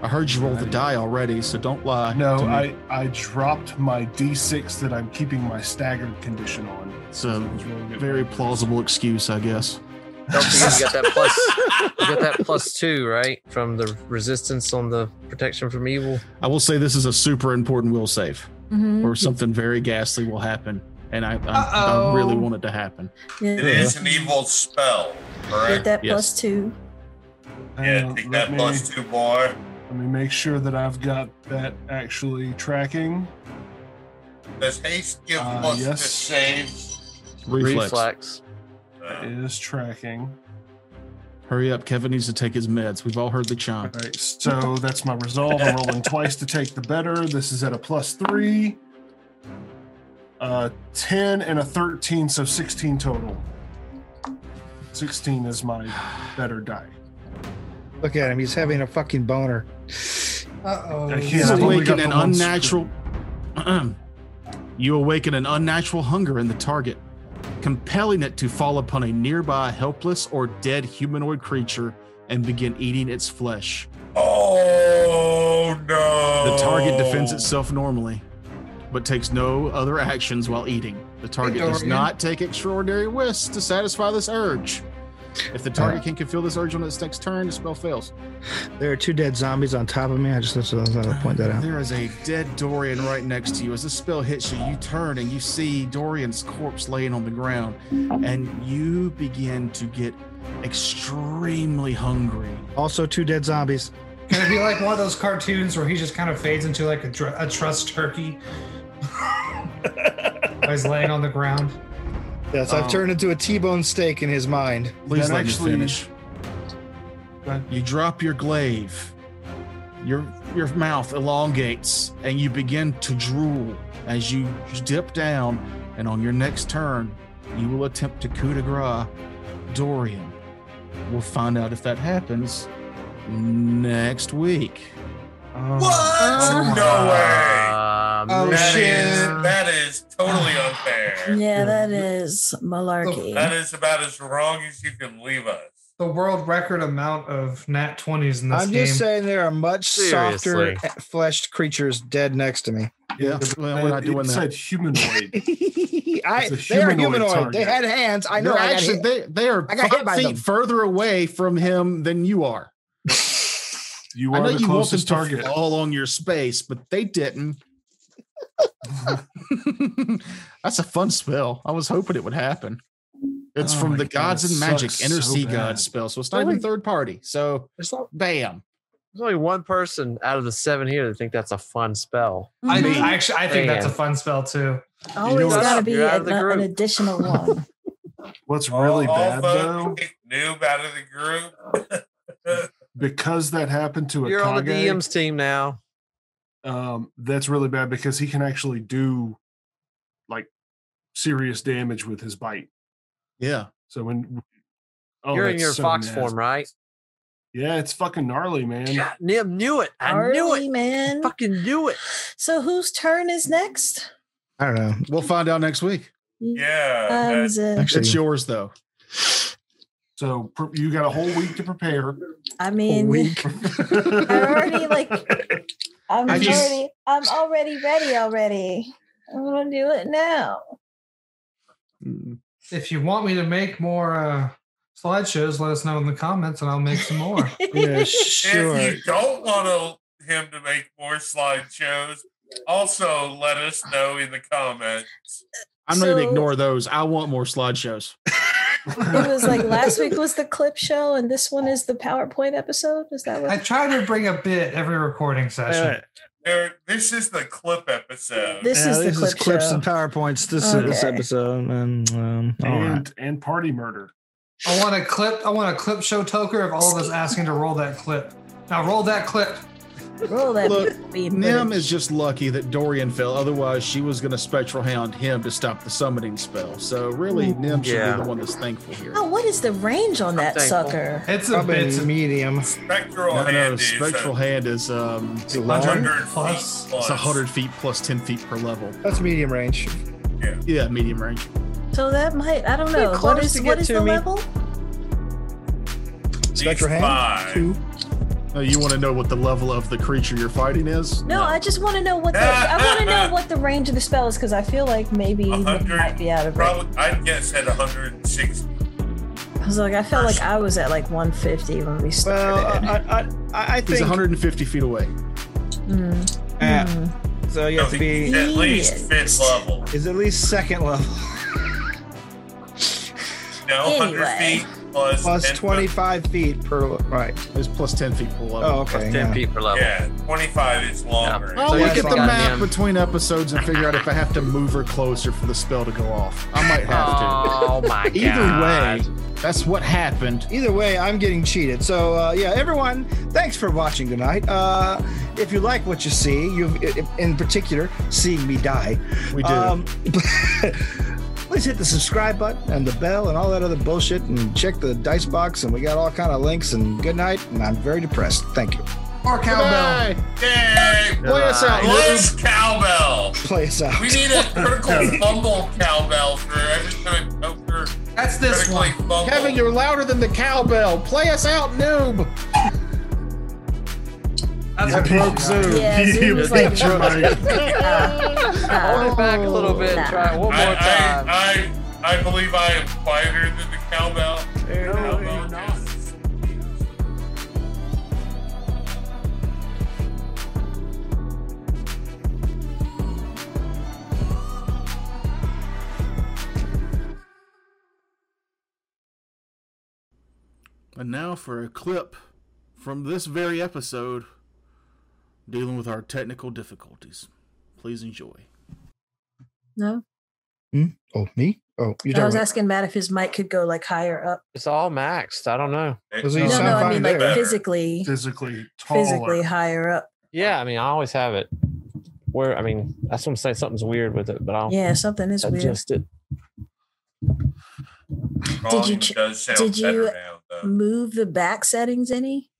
S5: I heard you roll the die already, so don't lie.
S7: No,
S5: to me.
S7: I, I dropped my d6 that I'm keeping my staggered condition on.
S5: It's a
S7: It's really good.
S5: very plausible excuse, I guess.
S6: Don't forget you got that plus. You got that plus two, right, from the resistance on the protection from evil.
S5: I will say this is a super important will save,
S1: Mhm.
S5: or something very ghastly will happen, and I, I, I
S2: Uh-oh.
S5: really want it to happen.
S1: Yeah.
S3: It is an evil spell,
S1: Get
S3: correct?
S1: that
S5: Yes.
S1: plus two.
S3: Yeah,
S7: Uh,
S3: take
S7: let,
S3: that
S7: me,
S3: plus two, boy.
S7: let me make sure that I've got that actually tracking.
S3: Does haste give
S7: Uh,
S3: plus
S7: yes.
S3: to saves?
S5: Reflex.
S7: It
S3: Uh,
S7: is tracking.
S5: Hurry up, Kevin needs to take his meds. We've all heard the
S7: All
S5: chime.
S7: right, so that's my resolve. I'm rolling twice to take the better. This is at a plus three. Uh, 10 and a 13, so 16 total. 16 is my better die.
S4: Look at him. He's having a fucking boner.
S2: Uh
S7: I
S2: oh.
S5: You
S7: I've only got
S5: awaken
S7: the
S5: an
S7: one screw.
S5: unnatural. you awaken an unnatural hunger in the target, compelling it to fall upon a nearby helpless or dead humanoid creature and begin eating its flesh.
S3: oh no! Oh.
S5: The target defends itself normally. but takes no other actions while eating. The target does
S4: Dorian.
S5: not take extraordinary risks to satisfy this urge. If the target can fulfill this urge on its next turn, the spell fails.
S4: There are two dead zombies on top of me. I just I was gonna point that out.
S5: There is a dead Dorian right next to you. As the spell hits you, you turn and you see Dorian's corpse laying on the ground, and you begin to get extremely hungry.
S4: Also, two dead zombies.
S2: Can it be like one of those cartoons where he just kind of fades into like a, dr- a trussed turkey? He's laying on the ground.
S4: Yes, I've
S5: Um,
S4: turned into a T-bone steak in his mind.
S5: Please
S7: That
S5: let
S7: actually-
S5: me finish. You drop your glaive. Your your mouth elongates and you begin to drool as you dip down. And on your next turn, you will attempt to coup de grace Dorian. We'll find out if that happens next week. Oh,
S3: What?
S7: Oh
S3: no way.
S6: Um,
S4: Oh,
S3: That is
S4: shit.
S3: that is totally unfair.
S1: Yeah, that is malarkey.
S3: That is about as wrong as you can leave us.
S2: The world record amount of nat 20s in this
S4: I'm
S2: game.
S4: just saying there are much
S6: Seriously.
S4: softer fleshed creatures dead next to me.
S5: Yeah, well, we're not
S7: It-
S5: doing
S7: it
S5: that.
S7: said humanoid.
S4: I,
S7: It's a
S4: they are
S7: humanoid
S4: humanoid. They
S7: target.
S4: had hands. I know.
S5: They're
S4: I got
S5: actually
S4: hit.
S5: they they are
S4: I got hit
S5: five
S4: by
S5: feet
S4: them.
S5: further away from him than you are.
S7: You
S5: I know you want
S7: are the
S5: them
S7: closest
S5: to
S7: target.
S5: all on your space, but they didn't. That's a fun spell. I was hoping it would happen. It's
S7: Oh
S5: from
S7: my
S5: the
S7: God,
S5: Gods
S7: it
S5: and Magic
S7: sucks
S5: Inner
S7: so
S5: Sea
S7: bad.
S5: God spell, so it's not
S6: Really?
S5: even third party. So
S6: There's, not,
S5: bam.
S6: there's only one person out of the seven here that think that's a fun spell.
S2: I, I actually I think that's a
S6: Man.
S2: fun spell too.
S1: Mm-hmm. Always
S6: what's
S1: gotta
S6: up,
S1: be
S6: you're out of
S1: an,
S6: the
S1: an
S6: group.
S1: additional one.
S7: What's really
S3: all,
S7: bad
S3: all
S7: though,
S3: vote pick noob out of the group.
S7: because that happened to a
S6: You're on the
S7: Kage,
S6: DM's team now.
S7: um, that's really bad because he can actually do like serious damage with his bite.
S5: Yeah.
S7: So when oh,
S6: You're in
S7: that's
S6: your
S7: so
S6: fox
S7: nasty.
S6: form, right?
S7: Yeah, it's fucking gnarly, man.
S6: God, Nim knew it. I knew
S1: Early,
S6: it.
S1: man.
S6: Fucking knew it.
S1: So whose turn is next?
S4: I don't know.
S5: We'll find out next week.
S3: Yeah. that-
S1: Mine's, uh,
S4: Actually,
S5: It's yours though.
S7: So pr- you got a whole week to prepare.
S1: I mean, I already like. I'm
S5: I just-
S1: already. I'm already ready already. I'm gonna do it now.
S2: If you want me to make more uh, slideshows, let us know in the comments and I'll make some more.
S4: yeah,
S3: If
S4: sure.
S3: you don't want to, him to make more slideshows, also let us know in the comments.
S5: I'm not gonna
S1: So-
S5: ignore those. I want more slideshows.
S1: it was like last week was the clip show, and this one is the PowerPoint episode. Is that
S2: I
S1: what?
S2: try to bring a bit every recording session.
S3: Eric, this is the clip episode.
S1: This
S4: Yeah,
S1: is the
S4: this
S1: clip
S4: is clips
S1: show.
S4: and powerpoints. This is this
S1: Okay.
S4: episode, and um, all
S7: and
S4: right.
S7: and party murder.
S2: I want a clip. I want a clip show toker of all of us asking to roll that clip. Now roll that clip.
S1: Roll that
S5: Look,
S1: bean
S5: Nim
S1: footage.
S5: is just lucky that Dorian fell. Otherwise, she was going to spectral hound him to stop the summoning spell. So really, Nim should
S6: Yeah.
S5: be the one that's thankful here.
S1: Oh, what is the range on that
S6: thankful.
S1: sucker?
S2: It's a
S4: Probably
S2: bit
S4: medium.
S3: Spectral
S5: No, no,
S3: hand is
S5: uh, spectral
S3: a
S5: hand is um,
S4: It's a long.
S3: 100
S2: Plus.
S3: plus.
S5: it's
S3: plus.
S5: 100 feet plus 10 feet per level.
S4: That's medium range.
S5: Yeah, medium range.
S1: So that might. I don't know. What
S6: close
S1: is
S6: to
S1: what
S6: get
S1: is
S6: to
S1: the
S6: me.
S1: level?
S4: Spectral hand.
S3: Five.
S4: Two.
S5: Now, Uh, you want to know what the level of the creature you're fighting is?
S1: No, I just want to know what the I want to know what the range of the spell is because I feel like maybe
S3: A
S1: it
S3: hundred,
S1: might be out of range.
S3: Probably, I'd guess at 160.
S1: Because like I felt like I was at like 150 when we started.
S4: Well, I, I, I, I
S5: He's
S4: think
S5: 150 feet away.
S1: Mm,
S4: uh,
S1: mm.
S4: so. You
S3: No,
S4: have to be.
S3: he's at least fifth level.
S4: Is at least second level
S3: No, 100
S1: Anyway.
S3: feet plus,
S4: plus
S3: 10
S4: 25 feet per right.
S5: It's plus 10 feet per level.
S4: Oh,
S6: Plus
S4: okay.
S6: 10
S4: yeah.
S6: feet per
S3: foot.
S6: level.
S3: Yeah, 25 is longer.
S6: Yeah. So
S5: I'll
S6: you
S5: look
S4: guys
S5: at the
S4: got
S5: map
S6: Nim.
S5: between episodes and figure out if I have to move her closer for the spell to go off. I might have to.
S6: Oh my god.
S5: Either way, that's what happened.
S4: Either way, I'm getting cheated. So uh, yeah, everyone, thanks for watching tonight. Uh, if you like what you see, you in particular seeing me die,
S5: We do.
S4: Um, please hit the subscribe button and the bell and all that other bullshit, and check the dice box. And we got all kind of links. And good night. And I'm very depressed. Thank you.
S2: more cowbell.
S5: Bye.
S3: Yay!
S5: Play us out.
S3: Let's cowbell!
S4: Play us out.
S3: We need a critical fumble cowbell for every time Poker
S2: That's this
S3: critically
S2: one.
S3: fumble.
S5: Kevin, you're louder than the cowbell. Play us out, noob.
S7: You broke Zoom.
S1: Yeah,
S7: You
S1: Zoom was like- uh,
S7: broke Mike.
S6: Hold it back a little bit
S1: Oh,
S6: and try it one more time.
S3: I, I, I believe I am quieter than the cowbell. Cowbell is-
S5: And now for a clip from this very episode dealing with our technical difficulties. Please enjoy.
S1: No,
S4: Oh, me? Oh, you're
S1: I
S4: talking
S1: was
S4: about-
S1: asking Matt if his mic could go like higher up.
S6: It's all maxed. I don't know.
S4: Was he
S1: No,
S4: sound
S1: no, I
S4: fine
S1: mean like
S4: there?
S1: physically,
S7: Physically taller.
S1: physically higher up.
S6: Yeah, I mean, I always have it. Where I mean, that's what I'm saying. Something's weird with it, but I'll
S1: Yeah, something is weird.
S6: Oh. adjust it.
S1: Did you
S3: Volume
S1: ch-
S3: does sound
S1: did
S3: better
S1: you
S3: now, though.
S1: move the back settings any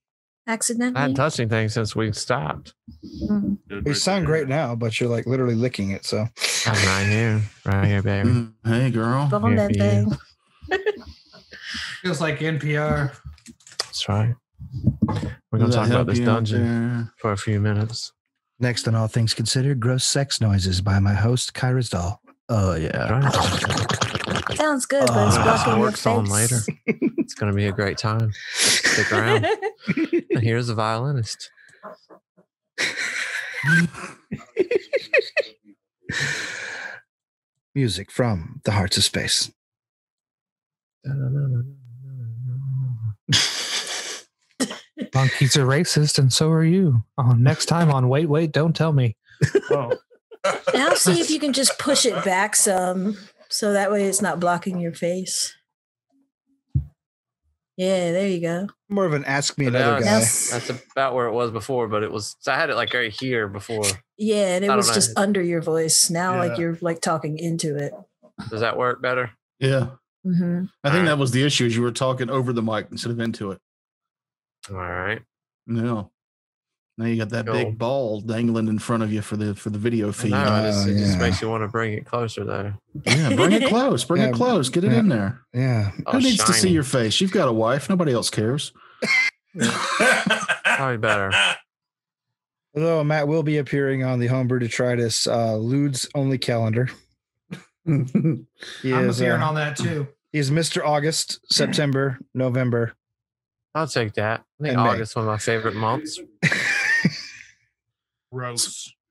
S1: accidentally?
S6: I hadn't touched anything since we stopped.
S1: Mhm.
S4: You sound great now, but you're like literally licking it. So
S6: I'm right here, right here, baby.
S5: Mm, Hey, girl.
S1: Bone
S6: Yeah,
S1: that
S6: yeah.
S1: thing.
S2: Feels like NPR.
S6: That's right. We're gonna
S5: Does that
S6: talk about
S5: help
S6: this
S5: you out
S6: dungeon
S5: there?
S6: for a few minutes.
S4: next on all things considered, gross sex noises by my host Kyra's doll. Oh yeah.
S6: Right.
S1: Sounds good, but it's
S6: Uh,
S1: blocking your
S6: works on
S1: face.
S6: later. It's gonna be a great time. Stick around. And here's a violinist.
S4: Music from the hearts of space.
S12: Monkeys are racist, and so are you. Oh, next time on Wait, Wait, Don't Tell Me.
S7: Oh,
S1: now see if you can just push it back some, so that way it's not blocking your face. Yeah, there you go.
S4: More of an ask me
S6: But now
S4: another guy.
S6: it's- That's about where it was before, but it was so I had it like right here before.
S1: Yeah, and
S6: I
S1: it
S6: don't
S1: was
S6: know.
S1: just under your voice. Now,
S5: Yeah.
S1: like you're like talking into it.
S6: Does that work better?
S5: Yeah.
S1: Mm-hmm.
S5: I think
S6: Alright.
S5: that was the issue is you were talking over the mic instead of into it.
S6: All right.
S5: No. Now you got that
S6: Cool.
S5: big ball dangling in front of you for the for the video
S6: I
S5: feed.
S6: know, it just, it just
S4: yeah.
S6: makes you want to bring it closer though.
S5: Yeah, bring it close. Bring
S4: Yeah,
S5: it close. Get it
S4: yeah.
S5: in there.
S4: Yeah.
S6: Oh,
S5: Who needs to see
S6: shiny.
S5: your face? You've got a wife. Nobody else cares.
S6: Probably better.
S4: Although Matt will be appearing on the Homebrew Detritus uh, Ludes only calendar. He
S2: I'm
S4: is,
S2: appearing
S4: uh,
S2: on that too.
S4: he's Mr. August, September, November.
S6: I'll take that. I think
S4: And May.
S6: August is one of my favorite months.
S7: gross.